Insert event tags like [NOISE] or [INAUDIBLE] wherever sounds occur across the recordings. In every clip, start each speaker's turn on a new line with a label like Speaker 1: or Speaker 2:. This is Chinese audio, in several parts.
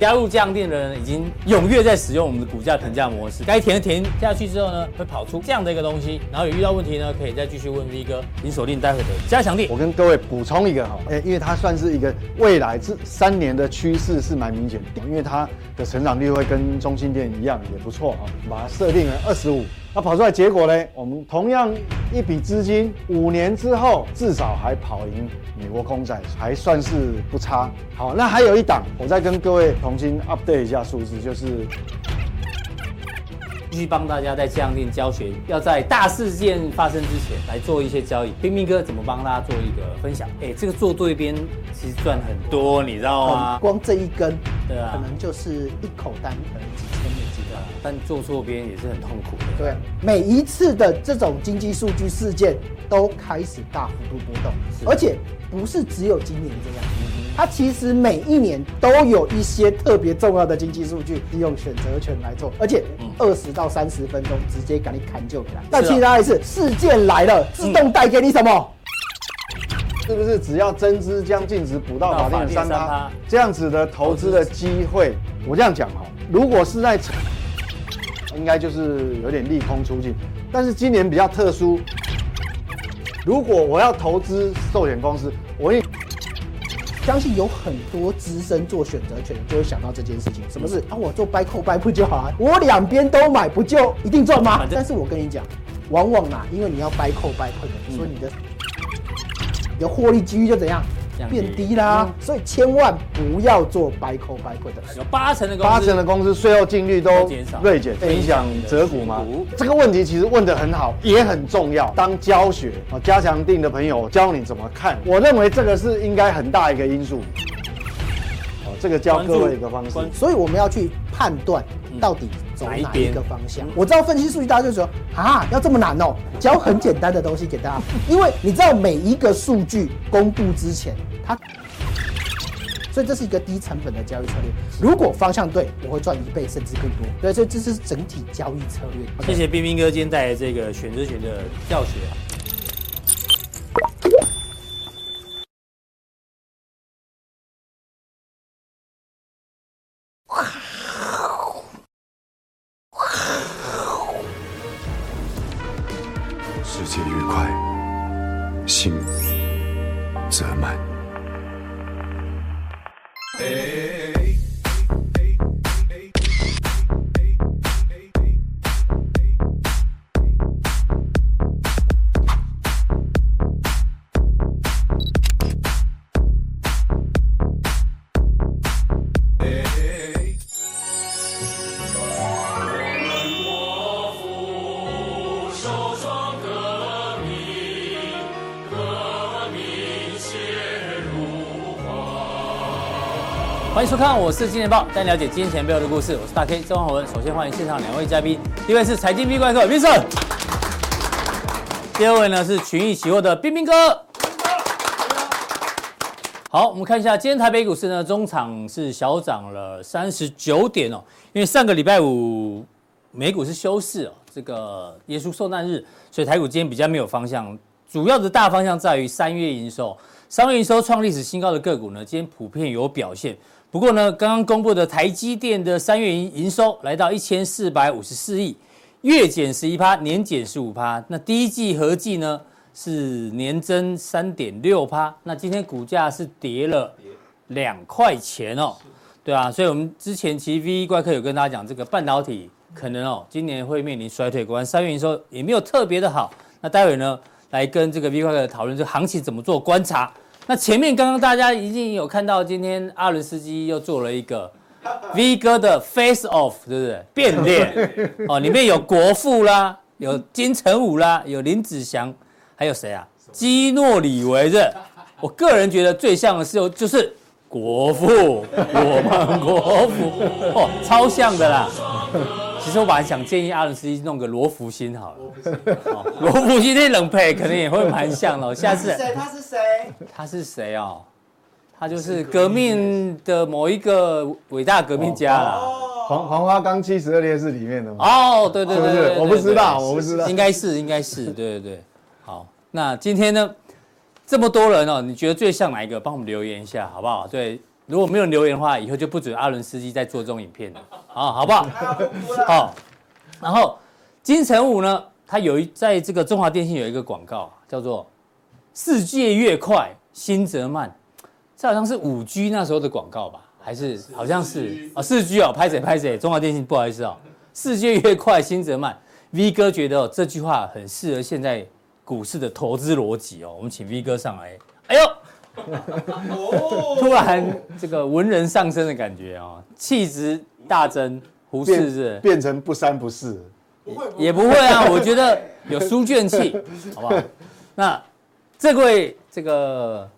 Speaker 1: 加入降电的人已经踊跃在使用我们的股价腾价模式，该填的填下去之后呢，会跑出这样的一个东西，然后有遇到问题呢，可以再继续问 V 哥。您锁定待会的加强力
Speaker 2: 我，跟各位补充一个哈，哎，因为它算是一个未来这三年的趋势是蛮明显的，因为它的成长率会跟中心店一样，也不错哈，把它设定为二十五，那跑出来结果呢，我们同样一笔资金，五年之后至少还跑赢美国公债，还算是不差。好，那还有一档，我再跟各位重新 update 一下数字，就是
Speaker 1: 继续帮大家在降电教学，要在大事件发生之前来做一些交易。冰冰哥怎么帮大家做一个分享？哎，这个做对边其实赚很多，你知道
Speaker 3: 嗯
Speaker 1: 吗？
Speaker 3: 光这一根，
Speaker 1: 啊对啊
Speaker 3: 可能就是一口单，可能几千美金的。
Speaker 1: 但做错边也是很痛苦的。
Speaker 3: 对，每一次的这种经济数据事件都开始大幅度波动，而且不是只有今年这样，它其实每一年都有一些特别重要的经济数据利用选择权来做，而且
Speaker 1: 嗯
Speaker 3: 二十到三十分钟直接给你砍就给它。但
Speaker 1: 啊
Speaker 3: 其他一次事件来
Speaker 1: 嗯
Speaker 3: 了，自动带给你什么？
Speaker 2: 是不是只要增资将净值补到法定的三
Speaker 1: 到法定的3%
Speaker 2: 趴，这样子的投资的机会，我这样讲哈，如果是在，应该就是有点利空出尽，但是今年比较特殊，如果我要投资寿险公司，我一定
Speaker 3: 相信有很多资深做选择权的就会想到这件事情，什么事啊？我做 buy call buy put 就好啊，我两边都买不就一定赚吗
Speaker 1: 反？正
Speaker 3: 但是我跟你讲，往往啊，因为你要 buy call buy put，的
Speaker 1: 嗯
Speaker 3: 所以你的你的获利几率就怎样
Speaker 1: 降低嗯
Speaker 3: 变低啦，所以千万不要做 buy call buy put 的。
Speaker 1: 有八成的公司
Speaker 2: 八成的公司税后净率
Speaker 1: 都
Speaker 2: 都
Speaker 1: 减少
Speaker 2: 锐减，
Speaker 1: 对
Speaker 2: 影响折股吗
Speaker 1: 影响你的持股？
Speaker 2: 这个问题其实问得很好，也很重要。当教学啊，加强定的朋友我教你怎么看，我认为这个是应该很大一个因素。哦，这个教各位一个方式。
Speaker 1: 关注
Speaker 3: 所以我们要去判断到底走
Speaker 1: 嗯哪一
Speaker 3: 哪
Speaker 1: 边嗯
Speaker 3: 一个方向。我知道分析数据，大家就说啊，要这么难哦，教很简单的东西给大家， [LAUGHS] 因为你知道每一个数据公布之前，它。所以这是一个低成本的交易策略。如果方向对，我会赚一倍甚至更多。对，所以这是整体交易策略。
Speaker 1: 谢谢冰冰哥今天带来这个选择权的教学啊。
Speaker 4: 世界愉快，心则满。
Speaker 1: 欢迎收看，我是金钱豹，带你了解金钱背后的故事。我是大 K 郑焕文。首先欢迎现场两位嘉宾，第一位是财经 B 怪客 Vincent，第二位呢是群益期货的冰冰哥。好，我们看一下今天台北股市呢，中场是小涨了三十九点哦，因为上个礼拜五美股是休市哦，这个耶稣受难日，所以台股今天比较没有方向。主要的大方向在于三月营收，三月营收创历史新高的个股呢，今天普遍有表现。不过呢，刚刚公布的台积电的三月营营收来到一千四百五十四亿，月减十一趴，年减十五趴。那第一季合计呢是年增三点六趴。那今天股价是跌了两块钱哦。对啊，所以我们之前其实 V 怪客有跟大家讲，这个半导体可能哦，今年会面临衰退。果然三月营收也没有特别的好。那待会呢，来跟这个 V 怪客讨论这个行情怎么做观察。那前面刚刚大家已经有看到，今天阿伦斯基又做了一个 V 哥的 Face Off，对不对？变 [LAUGHS] 脸哦，里面有国父啦，有金城武啦，有林子祥，还有谁啊？基诺里维的。我个人觉得最像的是有就是国父，我们国父，哦，超像的啦。其实我本来想建议阿伦斯基弄个罗福星好了，哦罗福星那冷配可能也会蛮像的哦。下次
Speaker 5: 谁？他是谁？
Speaker 1: 他是谁哦？他就是革命的某一个伟大革命家啦。
Speaker 2: 黄黄花岗七十二烈士里面的吗？
Speaker 1: 哦，对对
Speaker 2: 是不
Speaker 1: 对对
Speaker 2: 是
Speaker 1: 对？对
Speaker 2: 我不知道，我不知道。
Speaker 1: 应该是应该是，对对对。好，那今天呢，这么多人哦，你觉得最像哪一个？帮我们留言一下好不好？对如果没有人留言的话，以后就不准阿伦斯基再做这种影片了，好，好不好？好，然后金城武呢，他有一在这个中华电信有一个广告，叫做“世界越快，心则慢”，这好像是五 G 那时候的广告吧？还是好像是啊，哦四 G 哦，拍谁拍谁，中华电信不好意思哦，世界越快，心则慢。V 哥觉得、哦、这句话很适合现在股市的投资逻辑哦，我们请 V 哥上来。哎呦！ [LAUGHS] 突然这个文人上身的感觉哦，气质大增，胡适是不是
Speaker 2: 变变成不三不四，
Speaker 1: [LAUGHS] 也不会啊，我觉得有书卷
Speaker 2: [LAUGHS]
Speaker 1: 气，好不好？那这位这个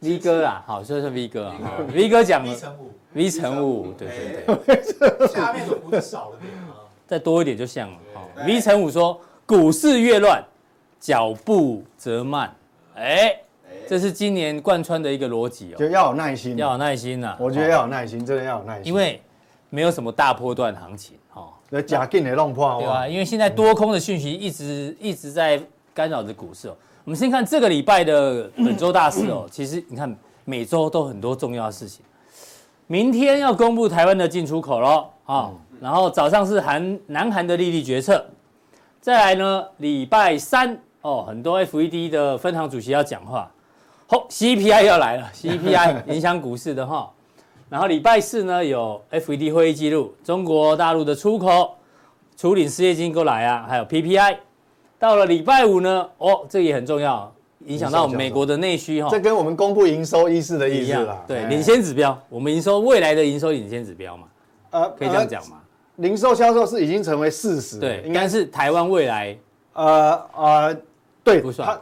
Speaker 1: V 哥啦，好，所以是 V 哥啊好，V 哥讲
Speaker 5: V 乘 [LAUGHS] 五，
Speaker 1: V 乘五，对对对，
Speaker 5: 对对，下面总不是少了点 [LAUGHS] 啊？
Speaker 1: 再多一点就像了。好
Speaker 5: 对
Speaker 1: ，V 乘五说股市越乱，脚步则慢，哎，这是今年贯穿的一个逻辑哦
Speaker 2: 就，要有耐心。
Speaker 1: 要有耐心呐、
Speaker 2: 我觉得要有耐心，真的要有耐心。
Speaker 1: 因为没有什么大波段行情哦，
Speaker 2: 那假定也弄破好啊
Speaker 1: 对啊
Speaker 2: 不
Speaker 1: 吧、
Speaker 2: 好？
Speaker 1: 因为现在多空的讯息一直一直在干扰着股市哦。我们先看这个礼拜的本周大事哦，其实你看每周都很多重要的事情。明天要公布台湾的进出口喽啊、然后早上是韩南韩的利率决策，再来呢礼拜三哦，很多 FED 的分行主席要讲话，好、CPI 要来了，CPI
Speaker 2: [LAUGHS]
Speaker 1: 影响股市的哈、然后礼拜四呢有 FED 会议记录，中国大陆的出口、处理失业金过来啊，还有 PPI。到了礼拜五呢，哦，这也很重要，影响到美国的内需哈、
Speaker 2: 这跟我们公布营收意识的意
Speaker 1: 一
Speaker 2: 思
Speaker 1: 样
Speaker 2: 啦。
Speaker 1: 对，
Speaker 2: 哎
Speaker 1: 领先指标，我们营收未来的营收领先指标嘛，
Speaker 2: 呃
Speaker 1: 可以这样讲。嘛？
Speaker 2: 呃零售销售是已经成为事实了，
Speaker 1: 对，
Speaker 2: 呃应
Speaker 1: 应
Speaker 2: 该
Speaker 1: 该是台湾未来
Speaker 2: 呃呃，对，
Speaker 1: 不算
Speaker 2: 它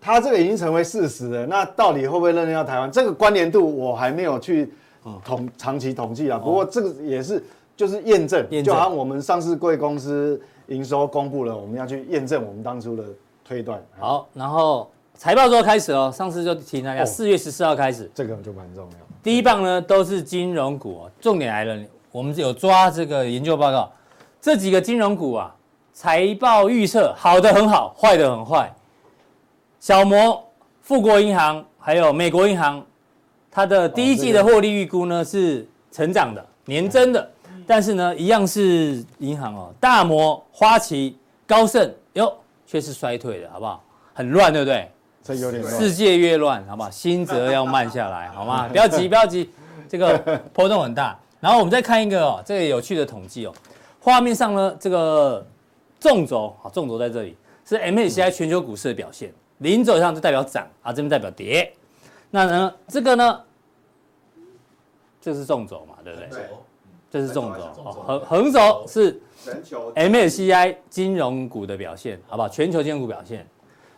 Speaker 2: 它这个已经成为事实了，那到底会不会认定到台湾？这个关联度我还没有去
Speaker 1: 哦
Speaker 2: 统长期统计啊。不过这个也是就是验证，
Speaker 1: 验证
Speaker 2: 就好像我们上市贵公司营收公布了，我们要去验证我们当初的推断。哎，
Speaker 1: 好。然后财报周开始哦，上次就提大家，
Speaker 2: 哦
Speaker 1: 四月十四号开始，
Speaker 2: 这个就蛮重要。
Speaker 1: 第一棒呢都是金融股、哦，重点来了，我们有抓这个研究报告，这几个金融股啊，财报预测好的很好，坏的很坏。小摩、富国银行还有美国银行，它的第一季的获利预估呢是成长的，年增的，但是呢一样是银行哦，大摩、花旗、高盛哟却是衰退的，好不好？很乱，对不对？
Speaker 2: 这有点乱
Speaker 1: 世界越乱，好不好？心则要慢下来，好吗？不要急，不要急，这个波动很大。然后我们再看一个哦，这个有趣的统计哦，画面上呢，这个纵轴好，纵轴在这里是 MSCI 全球股市的表现，零轴以上就代表涨啊，这边代表跌。那呢，这个呢，这是纵轴嘛，对不对？
Speaker 5: 对，
Speaker 1: 这是纵轴，
Speaker 5: 纵轴
Speaker 1: 哦横横轴是
Speaker 6: 全球
Speaker 1: MSCI 金融股的表现，好不好？全球金融股表现。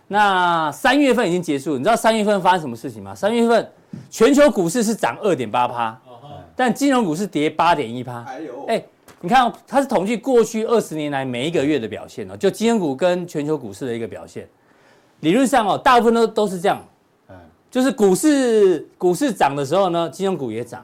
Speaker 1: 那三月份已经结束，你知道三月份发生什么事情吗？三月份全球股市是涨二点八趴，但金融股是跌八点一趴。
Speaker 6: 还有
Speaker 1: 哎、你看、哦，它是统计过去二十年来每一个月的表现哦，就金融股跟全球股市的一个表现。理论上哦，大部分都都是这样，
Speaker 2: 嗯
Speaker 1: 就是股市股市涨的时候呢，金融股也涨；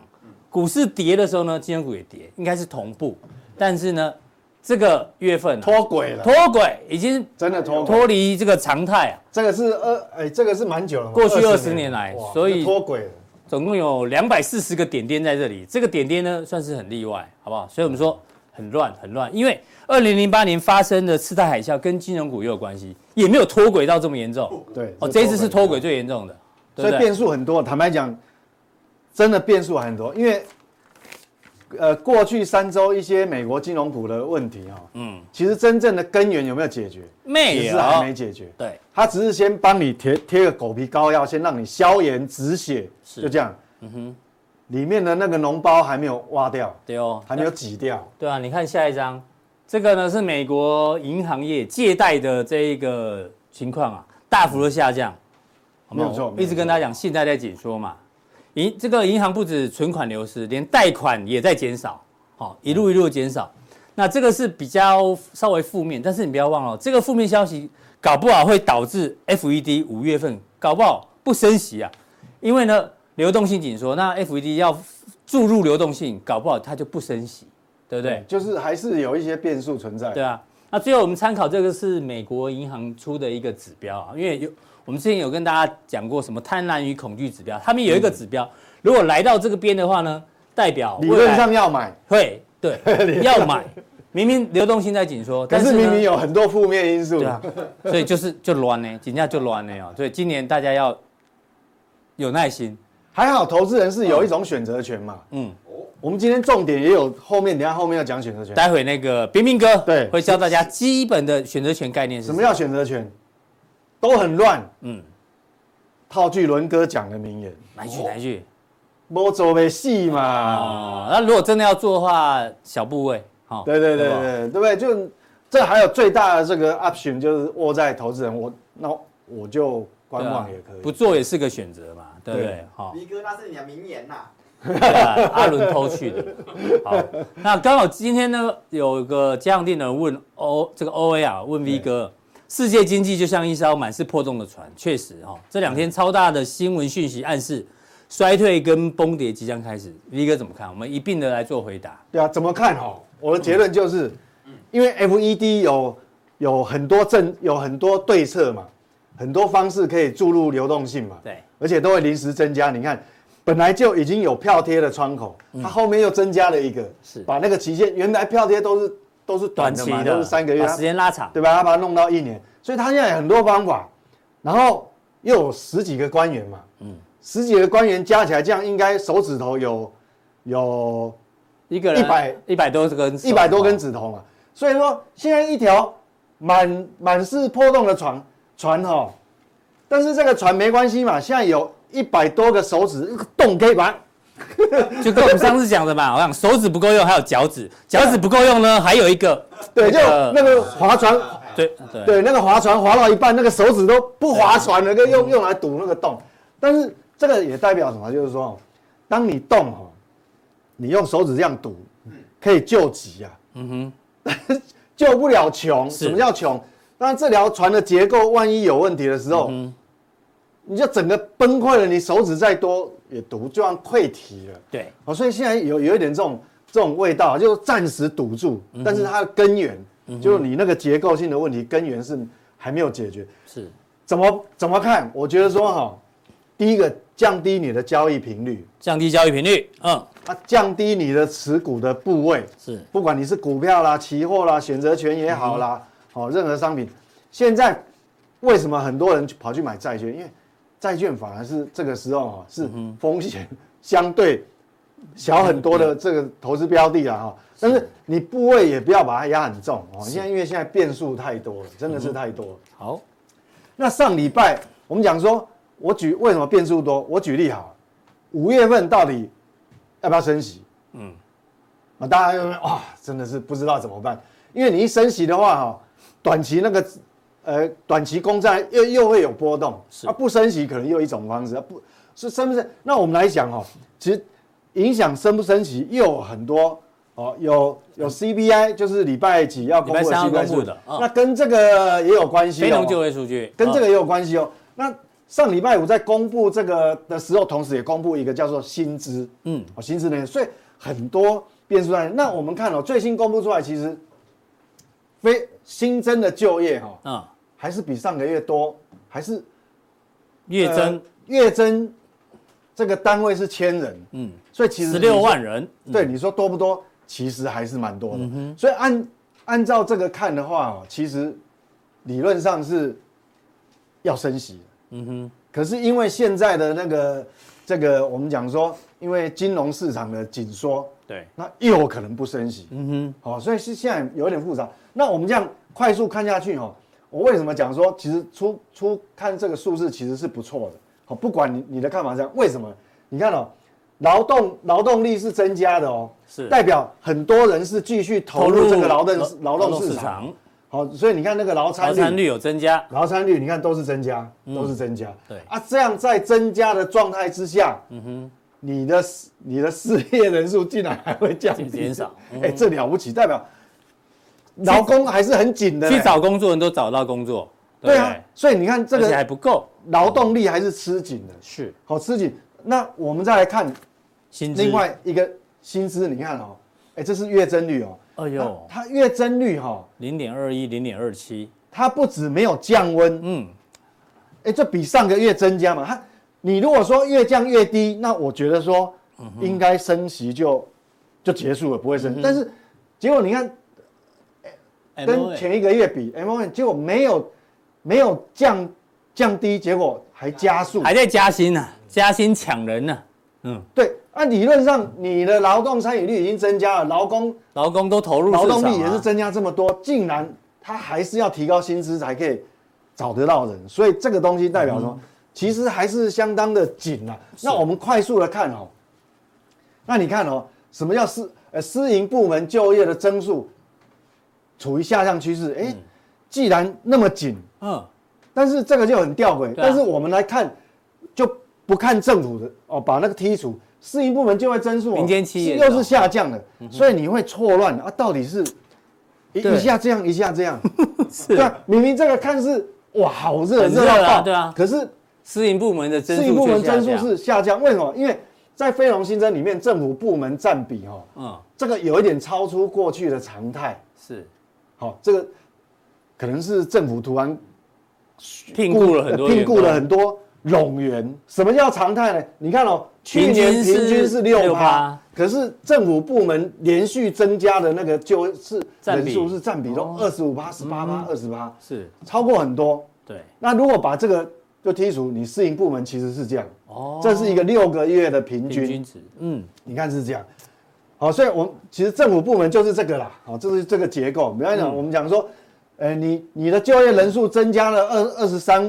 Speaker 1: 股市跌的时候呢，金融股也跌，应该是同步。但是呢，这个月份、啊、
Speaker 2: 脱轨了，
Speaker 1: 脱轨已经
Speaker 2: 真的脱轨。
Speaker 1: 脱离这个常态啊，
Speaker 2: 这个是二哎，这个是蛮久了嘛，
Speaker 1: 过去
Speaker 2: 20
Speaker 1: 20年来
Speaker 2: 哇
Speaker 1: 所以
Speaker 2: 这脱轨了。
Speaker 1: 总共有两百四十个点点在这里，这个点点呢算是很例外，好不好？所以我们说很乱很乱，因为二零零八年发生的次贷海啸跟金融股也有关系，也没有脱轨到这么严重。
Speaker 2: 对，
Speaker 1: 哦，这一次是脱
Speaker 2: 轨。
Speaker 1: 轨最严重的，对
Speaker 2: 所
Speaker 1: 不对？
Speaker 2: 以变数很多。坦白讲，真的变数很多，因为呃，过去三周一些美国金融股的问题哈、哦
Speaker 1: 嗯，
Speaker 2: 其实真正的根源有没有解决？
Speaker 1: 没
Speaker 2: 其
Speaker 1: 有
Speaker 2: 实还没解决。
Speaker 1: 哦对，
Speaker 2: 他只是先帮你贴贴个狗皮膏药，先让你消炎止血，
Speaker 1: 是
Speaker 2: 就这样。嗯哼，里面的那个脓包还没有挖掉，
Speaker 1: 对哦，
Speaker 2: 还没有挤掉。
Speaker 1: 对啊，你看下一张，这个呢是美国银行业借贷的这一个情况啊，大幅的下降，好不好
Speaker 2: 没有错
Speaker 1: 一直跟大家讲，信贷在紧缩嘛，银这个银行不止存款流失，连贷款也在减少，好、
Speaker 2: 嗯
Speaker 1: 一路一路减少。那这个是比较稍微负面，但是你不要忘了，这个负面消息搞不好会导致 FED 五月份搞不好不升息啊，因为呢流动性紧缩，那 FED 要注入流动性，搞不好它就不升息，对不对？
Speaker 2: 就是还是有一些变数存在。
Speaker 1: 对啊，那最后我们参考这个是美国银行出的一个指标啊，因为有我们之前有跟大家讲过什么贪婪与恐惧指标，他们有一个指标，如果来到这个边的话呢，代表
Speaker 2: 嗯理
Speaker 1: 未
Speaker 2: 论
Speaker 1: 来
Speaker 2: [LAUGHS] 上要买，
Speaker 1: 会对要买，明明流动性在紧缩，
Speaker 2: 可
Speaker 1: 但
Speaker 2: 是
Speaker 1: 呢
Speaker 2: 明明有很多负面因素
Speaker 1: 对。啊，所以就是就乱呢，紧价就乱呢哦。所以今年大家要有耐心，
Speaker 2: 还好投资人是有一种选择权嘛。
Speaker 1: 嗯，
Speaker 2: 我们今天重点也有后面，等一下后面要讲选择权。
Speaker 1: 待会那个冰冰哥
Speaker 2: 对
Speaker 1: 会教大家基本的选择权概念是
Speaker 2: 什么叫选择权？都很乱。
Speaker 1: 嗯，
Speaker 2: 套句伦哥讲的名言：
Speaker 1: 哪一句哪一句
Speaker 2: 摸走呗戏嘛。
Speaker 1: 哦，那如果真的要做的话，小部位好，
Speaker 2: 对对对
Speaker 1: 好不好，
Speaker 2: 对，对不对？就这还有最大的这个 option 就是握在投资人，我那我就观望
Speaker 1: 对啊
Speaker 2: 也可以。
Speaker 1: 不做也是个选择嘛，对不对
Speaker 2: 对？
Speaker 1: 好，
Speaker 5: 黎哥那是你的名言呐，
Speaker 1: 对啊阿伦偷去的。好，那刚好今天呢，有个家长店的人问 O 这个 O A 啊，问 V 哥，世界经济就像一艘满是破洞的船，确实哈、哦，这两
Speaker 2: 嗯
Speaker 1: 天超大的新闻讯息暗示衰退跟崩跌即将开始，V 哥怎么看？我们一并的来做回答。
Speaker 2: 对啊，怎么看哈？我的结论就是，因为 FED 有有很多政有很多对策嘛，很多方式可以注入流动性嘛，
Speaker 1: 对，
Speaker 2: 而且都会临时增加。你看，本来就已经有票贴的窗口，它后面又增加了一个，
Speaker 1: 嗯是
Speaker 2: 把那个期限原来票贴都是都是
Speaker 1: 短
Speaker 2: 短的
Speaker 1: 期
Speaker 2: 嘛，
Speaker 1: 的
Speaker 2: 都是三个月，啊
Speaker 1: 把
Speaker 2: 它
Speaker 1: 时间拉长。
Speaker 2: 对吧？他把它弄到一年，所以他现在有很多方法，然后又有十几个官员嘛，嗯，十几个官员加起来，这样应该手指头有有
Speaker 1: 一个人
Speaker 2: 100
Speaker 1: 一百多根，
Speaker 2: 一百多根指头嘛。所以说现在一条满满是破洞的船船哈，但是这个船没关系嘛，现在有一百多个手指一个洞可以把它
Speaker 1: 就跟我们上次讲的嘛，我想手指不够用，还有脚趾，脚趾不够用呢，还有一个，
Speaker 2: 对，就
Speaker 1: 那个
Speaker 2: 那个划船，
Speaker 1: 对对
Speaker 2: 对，那个划船划到一半，那个手指都不划船了，跟用用来堵那个洞。但是这个也代表什么？就是说哦，当你动哦，你用手指这样堵，可以救急啊。嗯哼， [LAUGHS] 救不了穷。
Speaker 1: 是
Speaker 2: 什么叫穷？当这条船的结构万一有问题的时候，你就整个崩溃了。你手指再多也堵，就像溃堤了。
Speaker 1: 对，
Speaker 2: 哦，所以现在有有一点这种这种味道，就是暂时堵住，但是它的根源，就是你那个结构性的问题，根源是还没有解决。
Speaker 1: 是
Speaker 2: 怎么怎么看？我觉得说哈，第一个降低你的交易频率，
Speaker 1: 降低交易频率，嗯，
Speaker 2: 啊，降低你的持股的部位，
Speaker 1: 是
Speaker 2: 不管你是股票啦、期货啦、选择权也好啦，哦，任何商品，现在为什么很多人跑去买债券？因为债券反而是这个时候啊，是风险相对小很多的这个投资标的啊，哈。但是你部位也不要把它压很重哦，现在因为现在变数太多了，真的是太多了。
Speaker 1: 好，
Speaker 2: 那上礼拜我们讲说，我举为什么变数多？我举例好了，五月份到底要不要升息？嗯，啊，大家就哇，真的是不知道怎么办，因为你一升息的话哈，短期那个呃短期公债又又会有波动，啊，不升息可能又一种方式，啊不是升不升？那我们来讲哦，其实影响升不升息又有很多。哦，有有 CBI，就是礼拜几要公布
Speaker 1: 礼拜
Speaker 2: 的
Speaker 1: 三要公
Speaker 2: CBI
Speaker 1: 布
Speaker 2: 数
Speaker 1: 的嗯
Speaker 2: 那跟这个也有关系、哦。
Speaker 1: 非农就业数据
Speaker 2: 跟这
Speaker 1: 嗯
Speaker 2: 个也有关系哦。那上礼拜五在公布这个的时候，同时也公布一个叫做薪资，
Speaker 1: 嗯
Speaker 2: 嗯，哦，薪资呢，所以很多变数在。那我们看哦，最新公布出来，其实非新增的就业哈、哦，
Speaker 1: 嗯，
Speaker 2: 还是比上个月多，还是
Speaker 1: 月增
Speaker 2: 呃月增，这个单位是千人，
Speaker 1: 嗯
Speaker 2: 嗯，所以其实
Speaker 1: 十六
Speaker 2: 你说
Speaker 1: 万人，嗯
Speaker 2: 对，你说多不多？其实还是蛮多的。所以按按照这个看的话哦，其实理论上是要升息的。嗯哼。可是因为现在的那个这个，我们讲说，因为金融市场的紧缩，
Speaker 1: 对，
Speaker 2: 那又可能不升息。嗯哼，好、所以是现在有点复杂。那我们这样快速看下去哦，我为什么讲说其实出出看这个数字其实是不错的？好、不管你你的看法是这样，为什么？你看哦，劳动劳动力是增加的哦，
Speaker 1: 是
Speaker 2: 代表很多人是继续投入这个劳动劳动市场。
Speaker 1: 场，
Speaker 2: 好、所以你看那个劳
Speaker 1: 劳
Speaker 2: 参
Speaker 1: 参
Speaker 2: 率。
Speaker 1: 率有增加，
Speaker 2: 劳参率，你看都是增加，都是增加。
Speaker 1: 嗯对
Speaker 2: 啊，这样在增加的状态之下，嗯哼，你的你的失业人数竟然还会降低
Speaker 1: 减少嗯
Speaker 2: 哎、这了不起，代表劳工还是很紧的嘞。
Speaker 1: 去找工作人都找到工作，
Speaker 2: 对
Speaker 1: 不
Speaker 2: 啊，所以你看这
Speaker 1: 而且还
Speaker 2: 个
Speaker 1: 不够，
Speaker 2: 劳动力还是吃紧的，
Speaker 1: 是
Speaker 2: 好吃紧。那我们再来看
Speaker 1: 薪资，
Speaker 2: 另，外一个薪资，你看哦，哎、这是月增率哦，
Speaker 1: 哎呦，
Speaker 2: 它它月增率哈、哦，
Speaker 1: 零点二一，零点二七，
Speaker 2: 它不止没有降温，
Speaker 1: 嗯，
Speaker 2: 哎、这比上个月增加嘛，它你如果说越降越低，那我觉得说
Speaker 1: 嗯
Speaker 2: 应该升息就就结束了，不会升。但是结果你看跟
Speaker 1: MOA
Speaker 2: 前一个月比，M O N 结果没有没有降降低，结果还加速，
Speaker 1: 还在加薪呢、加薪抢人呢、嗯，
Speaker 2: 对。按理论上，你的劳动参与率已经增加了，劳工
Speaker 1: 劳工都投入
Speaker 2: 劳动
Speaker 1: 市场
Speaker 2: 力
Speaker 1: 啊
Speaker 2: 也是增加这么多，竟然他还是要提高薪资才可以找得到人，所以这个东西代表什
Speaker 1: 嗯
Speaker 2: 么？其实还是相当的紧啊。那我们快速的看哦，那你看哦，什么叫私呃私营部门就业的增速处于下降趋势？哎，既然那么紧，
Speaker 1: 嗯，
Speaker 2: 但是这个就很吊诡。
Speaker 1: 对啊
Speaker 2: 但是我们来看，就不看政府的哦，把那个剔除，私营部门就业增速哦
Speaker 1: 民间企业嗯
Speaker 2: 是又是下降的，所以你会错乱啊，到底是一
Speaker 1: 对
Speaker 2: 一下这样一下这样，
Speaker 1: [LAUGHS] 是
Speaker 2: 对啊，明明这个看是哇好热
Speaker 1: 很热
Speaker 2: 热到
Speaker 1: 啊
Speaker 2: 爆，
Speaker 1: 对啊
Speaker 2: 可是
Speaker 1: 私营部门的增
Speaker 2: 私
Speaker 1: 速
Speaker 2: 营部门
Speaker 1: 却下
Speaker 2: 增速
Speaker 1: 降
Speaker 2: 是下降，为什么？因为在非农新增里面，政府部门占比哦，
Speaker 1: 嗯
Speaker 2: 这个有一点超出过去的常态，
Speaker 1: 是
Speaker 2: 好、这个可能是政府突然
Speaker 1: 聘雇了很多员
Speaker 2: 聘
Speaker 1: 工，
Speaker 2: 呃雇了很多冗员。什么叫常态呢？你看哦，去
Speaker 1: 平均
Speaker 2: 年
Speaker 1: 是
Speaker 2: 平均是六
Speaker 1: 6%
Speaker 2: 趴，可是政府部门连续增加的那个就是
Speaker 1: 占
Speaker 2: 人
Speaker 1: 比哦嗯
Speaker 2: 数是占比都二十五趴、十八趴、二十趴，
Speaker 1: 是，
Speaker 2: 超过很多。
Speaker 1: 对，
Speaker 2: 那如果把这个就剔除，你私营部门其实是这样，
Speaker 1: 哦，
Speaker 2: 这是一个六个月的平
Speaker 1: 平
Speaker 2: 均
Speaker 1: 均，值，嗯，
Speaker 2: 你看是这样。好，所以我们其实政府部门就是这个啦，好，这是这个结构。比方讲，我们讲说，呃，你你的就业人数增加了二二十三，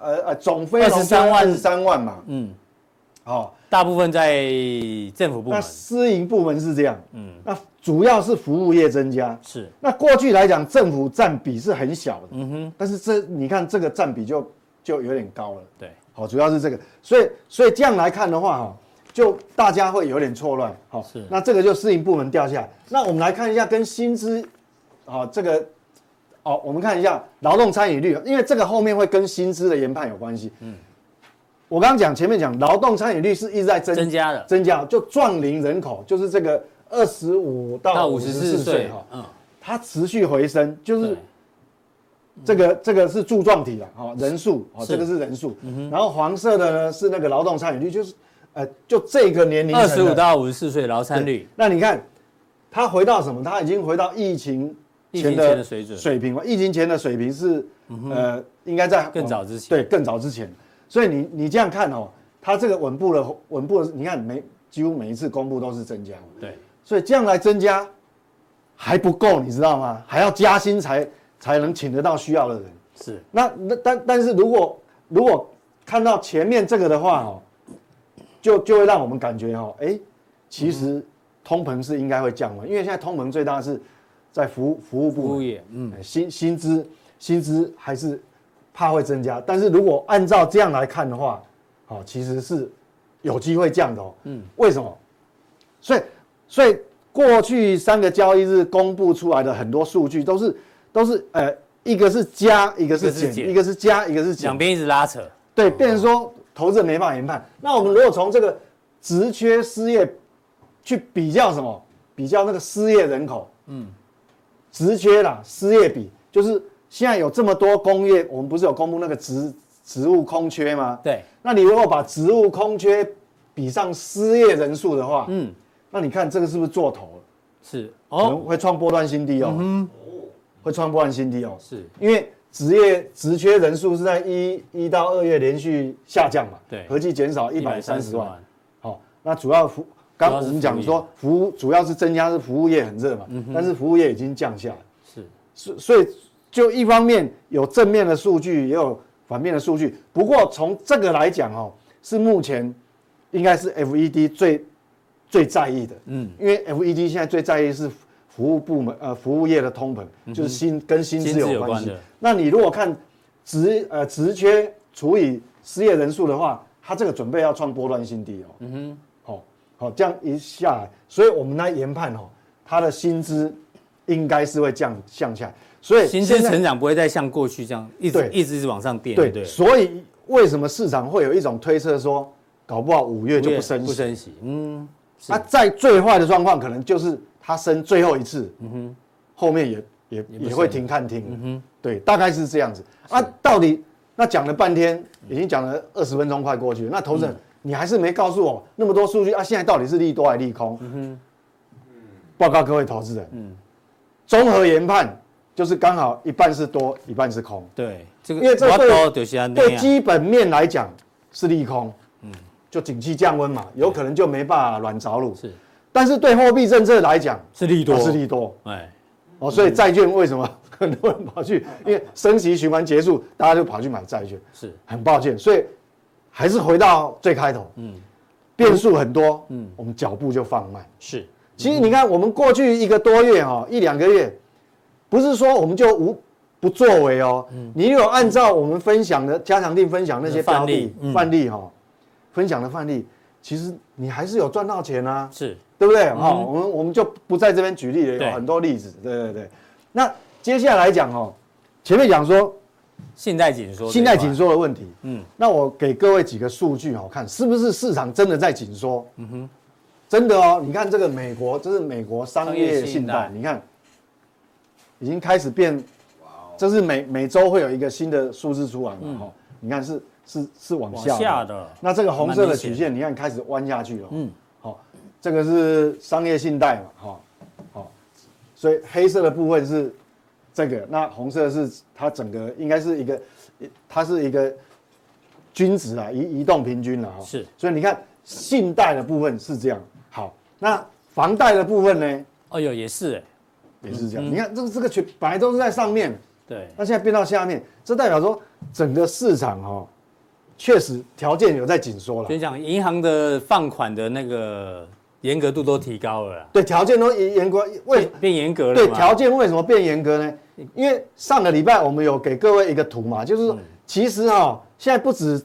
Speaker 2: 呃呃，总非
Speaker 1: 23万
Speaker 2: 三万嘛，
Speaker 1: 嗯，
Speaker 2: 好、
Speaker 1: 大部分在政府部
Speaker 2: 那
Speaker 1: 门
Speaker 2: 私营部门是这样，嗯，那主要是服务业增加。
Speaker 1: 是
Speaker 2: 那过去来讲，政府占比是很小的，嗯哼，但是这你看这个占比就就有点高了，
Speaker 1: 对，
Speaker 2: 好，主要是这个，所以所以这样来看的话，哈，就大家会有点错乱，好，
Speaker 1: 是
Speaker 2: 那这个就私营部门掉下来，那我们来看一下跟薪资，啊，这个，哦，我们看一下劳动参与率，因为这个后面会跟薪资的研判有关系，嗯，我刚刚讲前面讲劳动参与率是一直在增
Speaker 1: 增加了
Speaker 2: 增加，就壮龄人口就是这个二十五
Speaker 1: 到
Speaker 2: 到
Speaker 1: 五
Speaker 2: 五
Speaker 1: 十
Speaker 2: 十
Speaker 1: 四
Speaker 2: 四岁
Speaker 1: 岁
Speaker 2: 哈，，
Speaker 1: 嗯，
Speaker 2: 它持续回升，就是
Speaker 1: 对，
Speaker 2: 这个这个是柱状体了，哈、人数，哦，
Speaker 1: 是嗯
Speaker 2: 这个是人数，然后黄色的呢是那个劳动参与率，就是，呃，就这个年龄
Speaker 1: 二
Speaker 2: 层
Speaker 1: 十
Speaker 2: 的
Speaker 1: 五到五十四岁劳参
Speaker 2: 对
Speaker 1: 率，
Speaker 2: 那你看，它回到什么？它已经回到疫情
Speaker 1: 疫情
Speaker 2: 前
Speaker 1: 前的
Speaker 2: 的
Speaker 1: 水准嗯
Speaker 2: 水平了。疫情前的水平是、呃，应该在哦
Speaker 1: 更早之前
Speaker 2: 对，更早之前。所以你你这样看哦，它这个稳步的稳步的，你看每几乎每一次公布都是增加，
Speaker 1: 对，
Speaker 2: 所以这样来增加还不够，你知道吗？还要加薪才才能请得到需要的人。
Speaker 1: 是
Speaker 2: 那那但但是如果如果看到前面这个的话哦，就就会让我们感觉哦，哎、其实通膨是应该会降温，因为现在通膨最大是在服务服务部门
Speaker 1: 服务业，嗯，
Speaker 2: 哎薪薪资薪资还是怕会增加，但是如果按照这样来看的话，哦，其实是有机会降的哦。嗯，为什么？所以所以过去三个交易日公布出来的很多数据都是都是呃，一个是加，一个
Speaker 1: 一
Speaker 2: 是
Speaker 1: 个是减
Speaker 2: 减，一个是加，一个是减
Speaker 1: 两，边一直拉扯，
Speaker 2: 对，变成说投资人没办法研判。那我们如果从这个职缺失业去比较什么？比较那个失业人口，嗯，职缺啦，失业比就是现在有这么多工业，我们不是有公布那个职职务空缺吗？
Speaker 1: 对，
Speaker 2: 那你如果把职务空缺比上失业人数的话，
Speaker 1: 嗯，
Speaker 2: 那你看这个是不是做头了？
Speaker 1: 是
Speaker 2: 可能
Speaker 1: 哦，
Speaker 2: 会创波段新低哦，嗯，会创波段新低哦，
Speaker 1: 是
Speaker 2: 因为职业职缺人数是在一一到二月连续下降嘛，
Speaker 1: 对
Speaker 2: 合计减少一百三十
Speaker 1: 130
Speaker 2: 万。好、那主要服刚
Speaker 1: 主要是服务
Speaker 2: 我们
Speaker 1: 业嗯
Speaker 2: 讲说服务主要是增加是服务业很热嘛，但是服务业已经降下来，
Speaker 1: 是
Speaker 2: 所所以就一方面有正面的数据，也有反面的数据。不过从这个来讲哦，是目前应该是 FED 最最在意的，嗯，因为 FED 现在最在意是服务部门呃服务业的通
Speaker 1: 嗯
Speaker 2: 膨，就是薪跟薪
Speaker 1: 薪资
Speaker 2: 资
Speaker 1: 有
Speaker 2: 有
Speaker 1: 关
Speaker 2: 关系
Speaker 1: 的。
Speaker 2: 那你如果看职呃职缺除以失业人数的话，它这个准备要创波段新低哦，嗯哼，好、好、这样一下来，所以我们来研判哦，它的薪资应该是会降降下来，所以
Speaker 1: 薪资
Speaker 2: 现在
Speaker 1: 成长不会再像过去这样一直
Speaker 2: 对
Speaker 1: 一直一直往上垫，
Speaker 2: 对，
Speaker 1: 对了，
Speaker 2: 所以为什么市场会有一种推测说，搞不好五月就不升息
Speaker 1: 不升息，嗯，
Speaker 2: 那在最坏的状况，可能就是它升最后一次，嗯哼，后面也也也会停看停，嗯哼，对，大概是这样子。啊，到底那那讲了半天，已经讲了二十分钟快过去了，那投资人、你还是没告诉我那么多数据啊，现在到底是利多还是利空？报告各位投资人，综合研判就是刚好一半是多，一半是空。
Speaker 1: 对，这个
Speaker 2: 因为这
Speaker 1: 我
Speaker 2: 对
Speaker 1: 都就是安
Speaker 2: 对
Speaker 1: 内
Speaker 2: 基本面来讲是利空，嗯，就景气降温嘛，有可能就没办法软着陆。
Speaker 1: 是，
Speaker 2: 但是对货币政策来讲
Speaker 1: 是利多，
Speaker 2: 它哦是利多
Speaker 1: 哎，
Speaker 2: 哦，所以债券为什么 [LAUGHS] 很多人跑去？因为升息循环结束，大家就跑去买债券，
Speaker 1: 是
Speaker 2: 很抱歉，所以还是回到最开头，嗯，变数很多，嗯，我们脚步就放慢。
Speaker 1: 是，
Speaker 2: 其实
Speaker 1: 嗯
Speaker 2: 你看，我们过去一个多月哦，一两个月，不是说我们就无不作为哦。
Speaker 1: 嗯
Speaker 2: 你有按照我们分享的加强定分享那些标
Speaker 1: 范例
Speaker 2: 的
Speaker 1: 嗯
Speaker 2: 范例哈、哦，分享的范例，其实你还是有赚到钱啊，
Speaker 1: 是
Speaker 2: 对不对？哈、我们我们就不在这边举例了，
Speaker 1: 对
Speaker 2: 有很多例子。对对对。那接下来讲哦，前面讲说
Speaker 1: 信贷紧缩，
Speaker 2: 信贷紧，缩的问题，
Speaker 1: 嗯，
Speaker 2: 那我给各位几个数据好看，是不是市场真的在紧缩？嗯哼，真的哦，你看这个美国，这是美国商
Speaker 1: 商
Speaker 2: 业信
Speaker 1: 业
Speaker 2: 贷
Speaker 1: 信贷，
Speaker 2: 你看已经开始变，
Speaker 1: 哦
Speaker 2: 这是每每周会有一个新的数字出来嘛？哈、你看是是是往
Speaker 1: 嗯往
Speaker 2: 下
Speaker 1: 下的
Speaker 2: 那这个红
Speaker 1: 蛮
Speaker 2: 色的
Speaker 1: 明显
Speaker 2: 曲线，你看开始弯下去了。
Speaker 1: 嗯
Speaker 2: 嗯，好、这个是商业信贷嘛？哈、好、所以黑色的部分是这个，那红色是它整个应该是一个，它是一个均值啊，移移动平均了哈、
Speaker 1: 是，
Speaker 2: 所以你看信贷的部分是这样，好，那房贷的部分呢
Speaker 1: 哦哟，也是哎，
Speaker 2: 也是这样。你看这个这个群本来都是在上面，
Speaker 1: 对，
Speaker 2: 那现在变到下面，这代表说整个市场哈、哦，确实条件有在紧缩了
Speaker 1: 就。讲银行的放款的那个严格度都提高了啦，
Speaker 2: 对，条件都严严格，为
Speaker 1: 变变严格了
Speaker 2: 对
Speaker 1: 嘛，嗯
Speaker 2: 条件为什么变严格呢？因为上个礼拜我们有给各位一个图嘛，就是说，其实啊、现在不止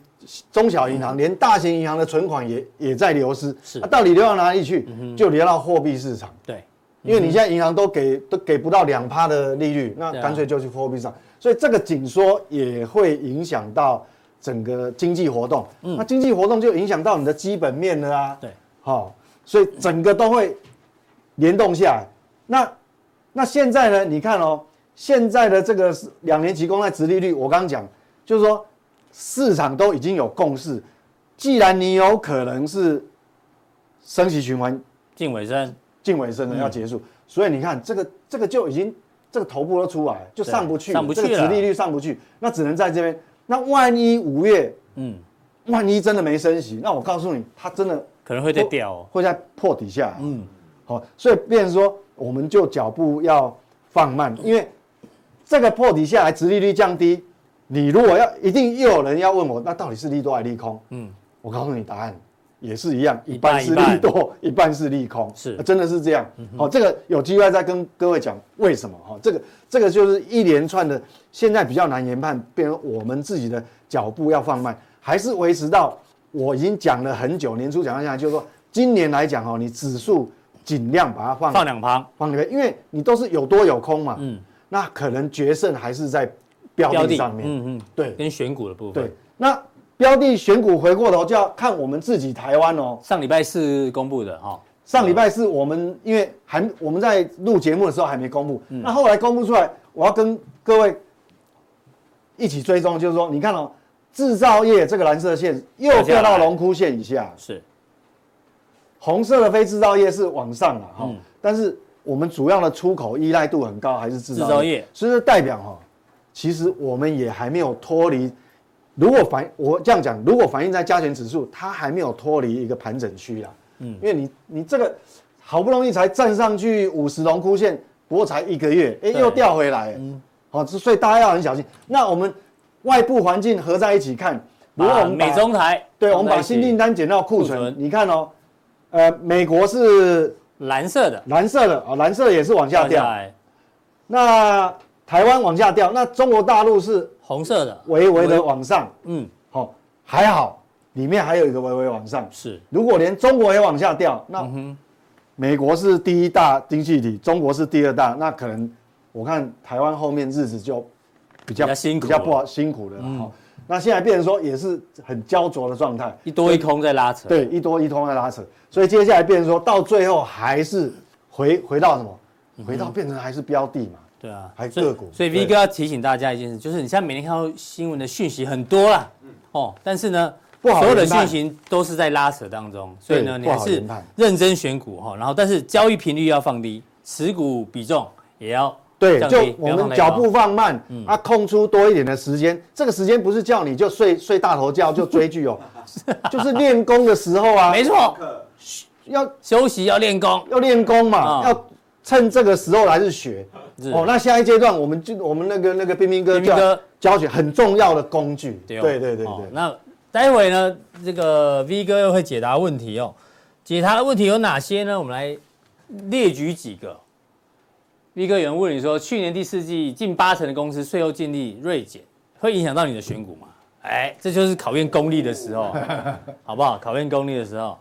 Speaker 2: 中小银行，连大型银行的存款也也在流失。
Speaker 1: 嗯
Speaker 2: 啊
Speaker 1: 是嗯
Speaker 2: 那到底流到哪里去？就流到货币市场，
Speaker 1: 对，
Speaker 2: 因为你现在银行都给都给不到两趴的利率，那
Speaker 1: 对啊
Speaker 2: 干脆就去货币市场。所以这个紧缩也会影响到整个经济活动，那经济活动就影响到你的基本面了啊。
Speaker 1: 嗯对，
Speaker 2: 好、所以整个都会联动下来。那那现在呢？你看哦，现在的这个是两年期公债殖利率，我刚刚讲，就是说市场都已经有共识，既然你有可能是升息循环
Speaker 1: 进尾声，
Speaker 2: 近尾声了，要结
Speaker 1: 嗯
Speaker 2: 束，所以你看这个这个就已经这个头部都出来了，就
Speaker 1: 对
Speaker 2: 上不去了，
Speaker 1: 上不去
Speaker 2: 这个殖
Speaker 1: 了
Speaker 2: 利率上不去，那只能在这边。那万一五月
Speaker 1: 嗯，
Speaker 2: 万一真的没升息，那我告诉你，它真的
Speaker 1: 可能会再掉哦，
Speaker 2: 会在破底下。嗯，好，所以变成说，我们就脚步要放慢，
Speaker 1: 嗯
Speaker 2: 因为这个破底下来，殖利率降低，你如果要一定又有人要问我，那到底是利多还是利空？嗯，我告诉你答案，也是一样，
Speaker 1: 一
Speaker 2: 一
Speaker 1: 半
Speaker 2: 半
Speaker 1: 一
Speaker 2: 是
Speaker 1: 半
Speaker 2: 利多，一半是利空，
Speaker 1: 是
Speaker 2: 啊真的是这样。
Speaker 1: 嗯
Speaker 2: 好，这个有机会再跟各位讲为什么哦哈，这个这个就是一连串的，现在比较难研判，变成我们自己的脚步要放慢，还是维持到我已经讲了很久，年初讲到现在，就是说今年来讲哦，你指数尽量把它放
Speaker 1: 放两旁，
Speaker 2: 放里面，因为你都是有多有空嘛，
Speaker 1: 嗯
Speaker 2: 嗯，那可能决胜还是在标
Speaker 1: 标
Speaker 2: 的
Speaker 1: 的，
Speaker 2: 上面，
Speaker 1: 嗯嗯，
Speaker 2: 对
Speaker 1: 跟选股的部分，
Speaker 2: 对，，那标的选股回过头就要看我们自己台湾哦。
Speaker 1: 上礼拜四公布的哈，
Speaker 2: 上礼拜是我们因为还我们在录节目的时候还没公布，
Speaker 1: 嗯
Speaker 2: 那后来公布出来，我要跟各位一起追踪，就是说，你看哦，制造业这个蓝色线又
Speaker 1: 掉下来
Speaker 2: 掉到龙枯线以下，
Speaker 1: 是
Speaker 2: 红色的非制造业是往上了哈、
Speaker 1: 嗯
Speaker 2: 但是我们主要的出口依赖度很高，还是制造
Speaker 1: 制造业
Speaker 2: 所以这代表哈、其实我们也还没有脱离。如果反我这样讲，如果反映在加权指数，它还没有脱离一个盘整区啦。嗯，因为你你这个好不容易才站上去五十龙枯线，不过才一个月，哎、
Speaker 1: 对
Speaker 2: 又掉回来。嗯，好、所以大家要很小心。那我们外部环境合在一起看，如果我
Speaker 1: 把
Speaker 2: 们把
Speaker 1: 美中台，
Speaker 2: 对，我们把新订
Speaker 1: 单
Speaker 2: 单减到库
Speaker 1: 库存
Speaker 2: 存，你看哦，呃，美国是
Speaker 1: 蓝色的
Speaker 2: 蓝色的啊、蓝色也是往下
Speaker 1: 掉下
Speaker 2: 掉。
Speaker 1: 来，
Speaker 2: 那台湾往下掉，那中国大陆是
Speaker 1: 红色的，
Speaker 2: 微微的往上，
Speaker 1: 嗯，
Speaker 2: 好、还好，里面还有一个微微往上。
Speaker 1: 是
Speaker 2: 如果连中国也往下掉，
Speaker 1: 嗯
Speaker 2: 那美国是第一大经济体，中国是第二大，那可能我看台湾后面日子就比较
Speaker 1: 比较辛苦嗯
Speaker 2: 比较不好辛苦了啦。好那现在变成说也是很焦灼的状态，
Speaker 1: 一多一空在拉扯，，
Speaker 2: 对，一多一通在拉扯，所以接下来变成说到最后还是回回到什么？回到变成还是标的嘛，
Speaker 1: 对啊，
Speaker 2: 还
Speaker 1: 所以
Speaker 2: 个股
Speaker 1: 所以
Speaker 2: 对
Speaker 1: V 哥要提醒大家一件事，就是你现在每天看到新闻的讯息很多啦，哦，但是呢，
Speaker 2: 嗯不好
Speaker 1: 所有的
Speaker 2: 研判
Speaker 1: 讯息都是在拉扯当中，所以呢，
Speaker 2: 对
Speaker 1: 你
Speaker 2: 不
Speaker 1: 还
Speaker 2: 好
Speaker 1: 是
Speaker 2: 研判
Speaker 1: 认真选股哈，然后但是交易频率要放低，持股比重也要
Speaker 2: 对，
Speaker 1: 降
Speaker 2: 就
Speaker 1: 低不
Speaker 2: 我
Speaker 1: 要放嗯
Speaker 2: 们
Speaker 1: 太
Speaker 2: 脚
Speaker 1: 高
Speaker 2: 步放慢，啊，空出多一点的时间。这个时间不是叫你就睡睡大头觉就追
Speaker 1: [LAUGHS]
Speaker 2: 剧哦，就是练功的时候啊，
Speaker 1: 没错，
Speaker 2: 要
Speaker 1: 休息要练功，
Speaker 2: 要练功嘛
Speaker 1: 啊，
Speaker 2: 要趁这个时候来去学。
Speaker 1: 是
Speaker 2: 哦，那下一阶段我们就我们那个那个冰冰哥
Speaker 1: 彬彬哥
Speaker 2: 教教学很重要的工具，
Speaker 1: 哦
Speaker 2: 对对对
Speaker 1: 哦
Speaker 2: 对，
Speaker 1: 那待会呢，这个 V 哥又会解答问题哦。解答的问题有哪些呢？我们来列举几个。V 哥有人问你说，去年第四季近八成的公司税后净利锐减，会影响到你的选股吗？哎，这就是考验功力的时候，好不好？考验功力的时候。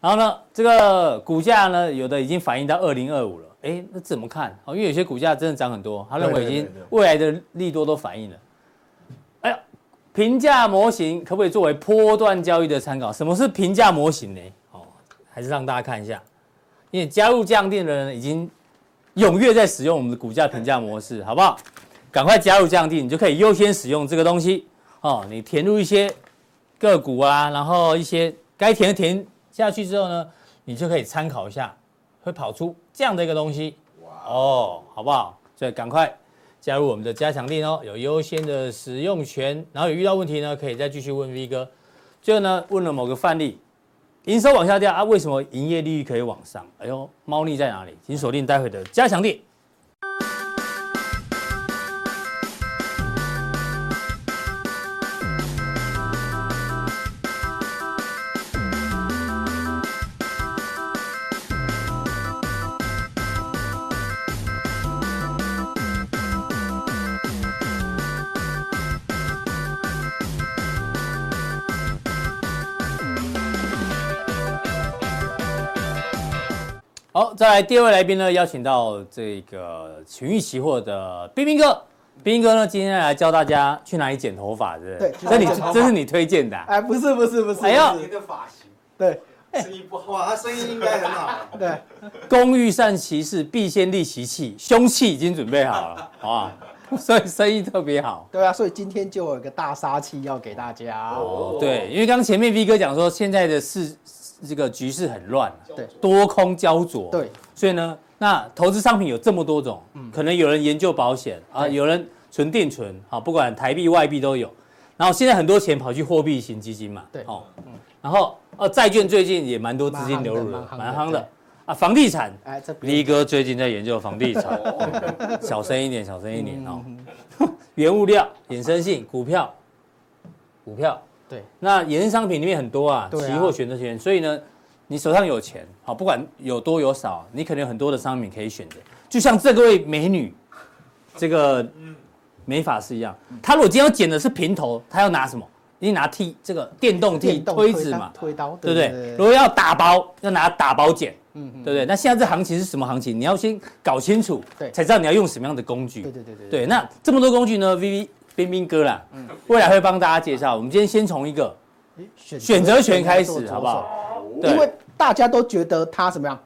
Speaker 1: 然后呢，这个股价呢，有的已经反映到二零二五了。哎，那怎么看？哦，因为有些股价真的涨很多，他认为已经未来的利多都反映了。哎呀，评价模型可不可以作为波段交易的参考？什么是评价模型呢？哦，还是让大家看一下，因为加入降定的人已经踊跃在使用我们的股价评价模式，好不好？赶快加入降定，你就可以优先使用这个东西哦。你填入一些个股啊，然后一些该填的填下去之后呢，你就可以参考一下，会跑出这样的一个东西。哦，好不好？所以赶快加入我们的加强力哦，有优先的使用权。然后有遇到问题呢，可以再继续问 V 哥。最后呢，问了某个范例，营收往下掉啊，为什么营业利率可以往上？哎呦，猫腻在哪里？请锁定待会的加强力。好，再来第二位来宾呢，邀请到这个群益期货的彬彬哥。彬彬哥呢，今天来教大家去哪里剪头发，是不是？
Speaker 3: 对
Speaker 1: 这你
Speaker 3: 去哪里剪头发
Speaker 1: 这是你推荐的啊、
Speaker 3: 哎，不是不是不是，
Speaker 1: 哎呦
Speaker 5: 你的发型，
Speaker 3: 对
Speaker 5: 生意不好，哇，他生意应该很 [LAUGHS] 好。
Speaker 3: 对，
Speaker 1: 工欲善其事，必先利其器。凶器已经准备好了，好吧？ [LAUGHS] 所以生意特别好。
Speaker 3: 对啊，所以今天就有一个大杀器要给大家。
Speaker 1: 哦，对，因为刚前面 V 哥讲说，现在的市这个局势很乱，啊
Speaker 3: 对
Speaker 1: 多空焦灼，
Speaker 3: 对，嗯
Speaker 1: 所以呢，那投资商品有这么多种，可能有人研究保险啊，
Speaker 3: 对
Speaker 1: 有人存定存，啊，不管台币、外币都有。然后现在很多钱跑去货币型基金嘛，
Speaker 3: 对
Speaker 1: 哦，然后呃，债券最近也蛮多资金
Speaker 3: 蛮夯的
Speaker 1: 流入的，
Speaker 3: 蛮夯的
Speaker 1: 蛮夯的
Speaker 3: 对
Speaker 1: 啊，房地产，
Speaker 3: 哎，这不
Speaker 1: 力哥最近在研究房地产， [LAUGHS] 小声一点，小声一点哦。
Speaker 3: 嗯
Speaker 1: [LAUGHS] 原物料、衍生性、股票、股票，
Speaker 3: 对
Speaker 1: 那衍生商品里面很多啊，
Speaker 3: 对啊
Speaker 1: 期货、选择权，所以呢，你手上有钱，好，不管有多有少，你可能有很多的商品可以选择。就像这位美女，这个美发师一样，她如果今天要剪的是平头，她要拿什么？一定拿剃这个电动剃
Speaker 3: 电动
Speaker 1: 推子嘛
Speaker 3: 刀，推刀，
Speaker 1: 对不对？如
Speaker 3: 对？
Speaker 1: 果要打包，要拿打包剪，嗯，对不对？那现在这行情是什么行情？你要先搞清楚，
Speaker 3: 对
Speaker 1: 才知道你要用什么样的工具。
Speaker 3: 对对对对嗯
Speaker 1: 对，那这么多工具呢，V V 彬彬哥啦，未来会帮大家介绍。我们今天先从一个
Speaker 3: 选
Speaker 1: 选择权开
Speaker 3: 做左
Speaker 1: 始，
Speaker 3: 手
Speaker 1: 好不？好？
Speaker 3: 因
Speaker 1: 对
Speaker 3: 为，大家都觉得它怎么样，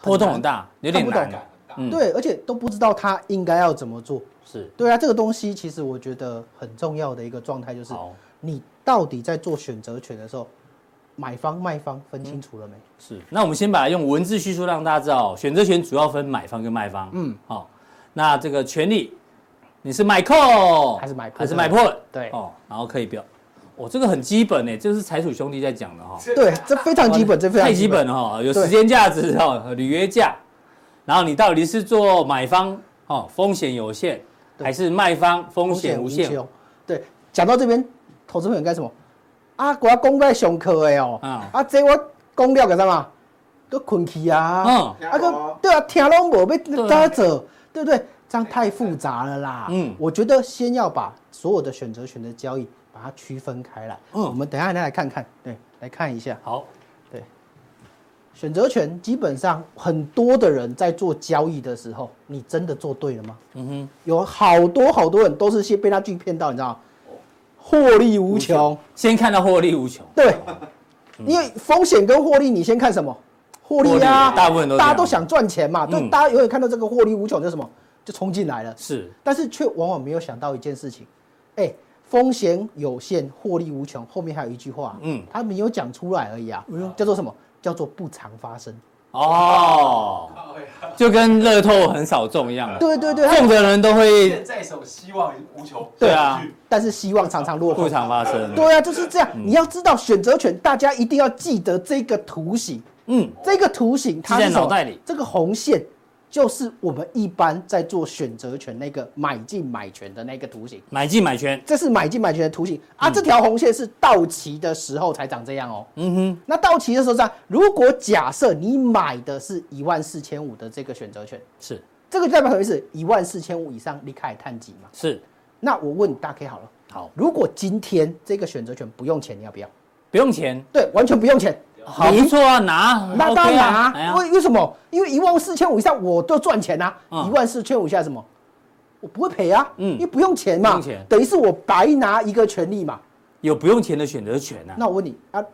Speaker 1: 波动很大，有点
Speaker 3: 看
Speaker 1: 难
Speaker 3: 不懂，
Speaker 1: 嗯
Speaker 3: 对，而且都不知道它应该要怎么做。
Speaker 1: 是
Speaker 3: 对啊，这个东西其实我觉得很重要的一个状态就是
Speaker 1: 好，
Speaker 3: 你到底在做选择权的时候，买方卖方分清楚了没？
Speaker 1: 是。那我们先把它用文字叙述让大家知道，选择权主要分买方跟卖方。嗯，好，那这个权利，你是买 call
Speaker 3: 还是买 put？
Speaker 1: 还是买 put？
Speaker 3: 对
Speaker 1: 哦，然后可以标。哦，这个很基本呢，这是财鼠兄弟在讲的哈。
Speaker 3: 对，这非常基本，这非
Speaker 1: 哦
Speaker 3: 常
Speaker 1: 太基本了哈，有
Speaker 3: 对
Speaker 1: 时间价值哈，履约价，然后你到底是做买方哦，风险有限，
Speaker 3: 对
Speaker 1: 还是卖方风险无限？
Speaker 3: 穷。哦对，讲到这边，投资朋友该什么？啊，我要攻在熊科的哦，
Speaker 1: 啊
Speaker 3: 啊，这我攻了个什么？都困去啊，
Speaker 1: 嗯
Speaker 3: 啊个对啊，听拢无要搭走，对不对？这样太复杂了啦。
Speaker 1: 嗯
Speaker 3: 嗯，我觉得先要把所有的选择权的交易把它区分开来。
Speaker 1: 嗯
Speaker 3: 嗯，我们等一下再来看看，对，来看一下
Speaker 1: 好，
Speaker 3: 选择权。基本上很多的人在做交易的时候，你真的做对了吗？
Speaker 1: 嗯哼，
Speaker 3: 有好多好多人都是先被他剧骗到，你知道吗？获利无穷，
Speaker 1: 先看到获利无穷，
Speaker 3: 对，因为风险跟获利，你先看什么？获利
Speaker 1: 获
Speaker 3: 啊，
Speaker 1: 利大部分都这样
Speaker 3: 大家都想赚钱嘛，对，
Speaker 1: 嗯
Speaker 3: 大家永远看到这个获利无穷就是什么？就冲进来了，
Speaker 1: 是
Speaker 3: 但是却往往没有想到一件事情，哎，风险有限，获利无穷，后面还有一句话，
Speaker 1: 嗯
Speaker 3: 嗯，他没有讲出来而已啊，叫做什么？叫做不常发生。
Speaker 1: 哦，就跟乐透很少中一样了，
Speaker 3: 对对对，他
Speaker 1: 中的人都会
Speaker 6: 现在手希望无穷，
Speaker 1: 对啊
Speaker 3: 但是希望常常落
Speaker 1: 不
Speaker 3: 空。
Speaker 1: 常发生。嗯
Speaker 3: 对啊，就是这样。你要知道选择权，大家一定要记得这个图形，
Speaker 1: 嗯，
Speaker 3: 这个图形它
Speaker 1: 记在
Speaker 3: 是什么
Speaker 1: 脑袋里
Speaker 3: 这个红线就是我们一般在做选择权那个买进买权的那个图形。
Speaker 1: 买进买权，
Speaker 3: 这是买进买权的图形啊，这条红线是到期的时候才长这样哦。
Speaker 1: 嗯哼，
Speaker 3: 那到期的时候这样，如果假设你买的是一万四千五的这个选择权，
Speaker 1: 是
Speaker 3: 这个就代表什么意思？一万四千五以上，你开始探几嘛？
Speaker 1: 是，
Speaker 3: 那我问你大 K 好了，
Speaker 1: 好，
Speaker 3: 如果今天这个选择权不用钱，你要不要？
Speaker 1: 不用钱，
Speaker 3: 对，完全不用钱，
Speaker 1: 好
Speaker 3: 零
Speaker 1: 不错啊，拿，
Speaker 3: 那
Speaker 1: OK
Speaker 3: 当然
Speaker 1: 啊哎呀
Speaker 3: 啊，为、为什么？因为一万四千五以上我都赚钱啊，
Speaker 1: 嗯
Speaker 3: 一万四千五以下什么？我不会赔啊，
Speaker 1: 嗯
Speaker 3: 因为不用钱嘛，
Speaker 1: 不用钱
Speaker 3: 等于是我白拿一个权利嘛。
Speaker 1: 有不用钱的选择权啊。
Speaker 3: 那我问你啊，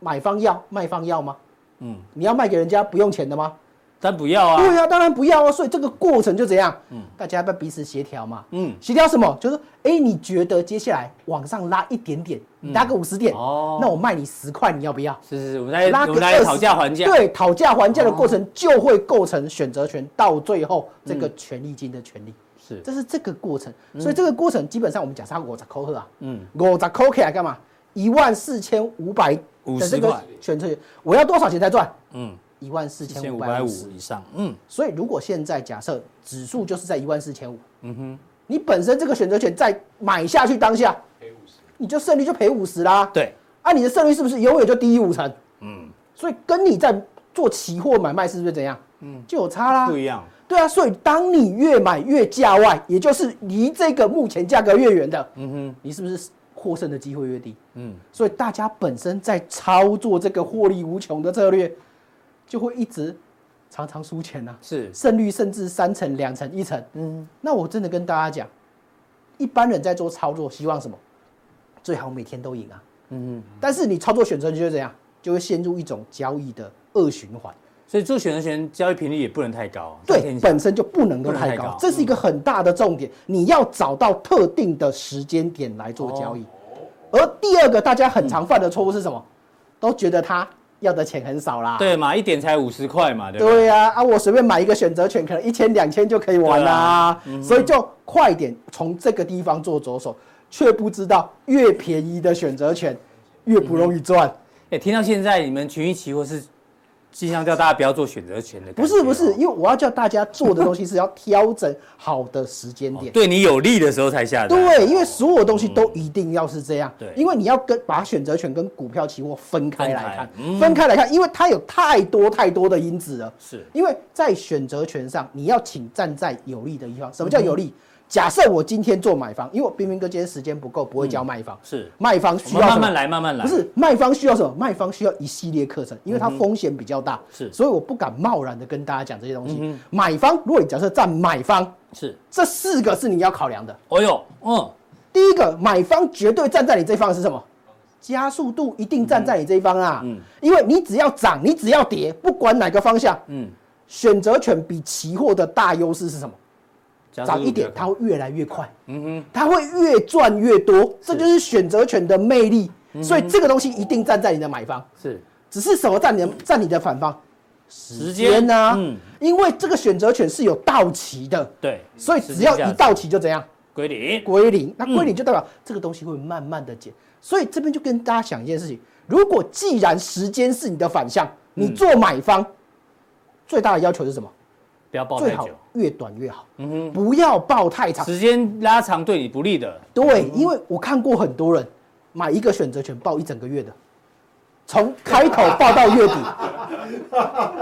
Speaker 3: 买方要，卖方要吗？
Speaker 1: 嗯，
Speaker 3: 你要卖给人家不用钱的吗？
Speaker 1: 但不要啊，
Speaker 3: 对啊，当然不要啊，所以这个过程就怎样？嗯，大家要不要彼此协调嘛？
Speaker 1: 嗯，
Speaker 3: 协调什么？就是哎、诶你觉得接下来往上拉一点点，你拉个五十点，
Speaker 1: 嗯哦
Speaker 3: 那我卖你十块，你要不要？
Speaker 1: 是是是，我们来
Speaker 3: 拉
Speaker 1: 我
Speaker 3: 个
Speaker 1: 们来
Speaker 3: 20
Speaker 1: 讨价还价，哦
Speaker 3: 对，讨价还价的过程就会构成选择权，到最后这个权利金的权利，
Speaker 1: 嗯是，
Speaker 3: 这是这个过程。所以这个过程基本上我们假设它五十扣克啊，
Speaker 1: 嗯，
Speaker 3: 五十扣起来干嘛？一万四千五百的这
Speaker 1: 50
Speaker 3: 个
Speaker 1: 块
Speaker 3: 选择权，我要多少钱才赚？
Speaker 1: 嗯，
Speaker 3: 一万四
Speaker 1: 一千
Speaker 3: 千
Speaker 1: 五
Speaker 3: 五
Speaker 1: 百
Speaker 3: 百
Speaker 1: 五
Speaker 3: 五十。
Speaker 1: 以上，嗯，
Speaker 3: 所以如果现在假设指数就是在一万四千五，嗯哼，你本身这个选择权在买下去当下，你就胜率就赔五十啦。
Speaker 1: 对，
Speaker 3: 啊，你的胜率是不是永远就低于五成？嗯，所以跟你在做期货买卖是不是怎样？嗯，就有差啦
Speaker 1: 不。一样，
Speaker 3: 对啊，所以当你越买越价外，也就是离这个目前价格越远的，嗯哼，你是不是获胜的机会越低？
Speaker 1: 嗯
Speaker 3: 嗯，所以大家本身在操作这个获利无穷的策略，就会一直常常输钱呐、啊
Speaker 1: 是
Speaker 3: 胜率甚至三成、两成、一成。嗯，那我真的跟大家讲，一般人在做操作，希望什么？最好每天都赢啊。嗯，但是你操作选择权就会怎样，就会陷入一种交易的恶循环。
Speaker 1: 所以做选择权交易频率也不能太高，啊上
Speaker 3: 对
Speaker 1: 天，下
Speaker 3: 本身就不能够太
Speaker 1: 不能太
Speaker 3: 高
Speaker 1: 高，
Speaker 3: 这是一个很大的重点。你要找到特定的时间点来做交易。
Speaker 1: 哦
Speaker 3: 而第二个大家很常犯的错误是什么？都觉得他要的钱很少啦。
Speaker 1: 对嘛，一点才五十块嘛，对不对？
Speaker 3: 对呀、啊，我随便买一个选择权，可能一千两千就可以玩啦、
Speaker 1: 啊嗯
Speaker 3: 所以就快点从这个地方做着手，却不知道越便宜的选择权越不容易赚。
Speaker 1: 哎，听到现在你们群益期货是尽量叫大家不要做选择权的感觉哦，
Speaker 3: 不是不是，因为我要叫大家做的东西是要调整好的时间点。
Speaker 1: 哦 [LAUGHS] 对你有利的时候才下单，
Speaker 3: 对，因为所有东西都一定要是这样。
Speaker 1: 嗯对
Speaker 3: 因为你要跟把选择权跟股票期货分开来看
Speaker 1: 分开嗯，
Speaker 3: 分开来看，因为它有太多太多的因子了。
Speaker 1: 是
Speaker 3: 因为在选择权上，你要请站在有利的一方。
Speaker 1: 嗯
Speaker 3: 什么叫有利？假设我今天做买方，因为我冰冰哥今天时间不够，不会教卖方。
Speaker 1: 是
Speaker 3: 卖方
Speaker 1: 我
Speaker 3: 需要
Speaker 1: 们慢
Speaker 3: 什么
Speaker 1: 慢来，慢慢来，
Speaker 3: 不是卖方需要什么？卖方需要一系列课程，因为它风险比较大，
Speaker 1: 是嗯
Speaker 3: 所以我不敢贸然的跟大家讲这些东西。买方，如果你假设站买方，
Speaker 1: 是，
Speaker 3: 这四个是你要考量的。
Speaker 1: 哦呦，嗯，
Speaker 3: 第一个，买方绝对站在你这一方的是什么？加速度一定站在你这一方啦，
Speaker 1: 嗯
Speaker 3: 因为你只要涨，你只要跌，不管哪个方向，
Speaker 1: 嗯
Speaker 3: 选择权比期货的大优势是什么？
Speaker 1: 加速度
Speaker 3: 涨一点，
Speaker 1: 比较
Speaker 3: 它
Speaker 1: 高
Speaker 3: 会越来越快，嗯哼，它会越赚越多，这就是选择权的魅力。
Speaker 1: 嗯
Speaker 3: 所以这个东西一定站在你的买方，
Speaker 1: 是
Speaker 3: 只是什么站你的站你的反方？
Speaker 1: 嗯时
Speaker 3: 天呐、
Speaker 1: 嗯，
Speaker 3: 因为这个选择权是有到期的，
Speaker 1: 对，
Speaker 3: 所以只要
Speaker 1: 时间价
Speaker 3: 一
Speaker 1: 值
Speaker 3: 到期就怎样？
Speaker 1: 归零，
Speaker 3: 归零，那
Speaker 1: 嗯
Speaker 3: 归零就代表这个东西会慢慢的减。所以这边就跟大家想一件事情：如果既然时间是你的反向，
Speaker 1: 嗯
Speaker 3: 你做买方，最大的要求是什么？
Speaker 1: 不要报
Speaker 3: 最
Speaker 1: 太
Speaker 3: 好
Speaker 1: 久，嗯
Speaker 3: 越短越好，不要抱太长。
Speaker 1: 时间拉长对你不利的，
Speaker 3: 对，因为我看过很多人买一个选择权报一整个月的，从
Speaker 1: [LAUGHS]
Speaker 3: 开头报到月底。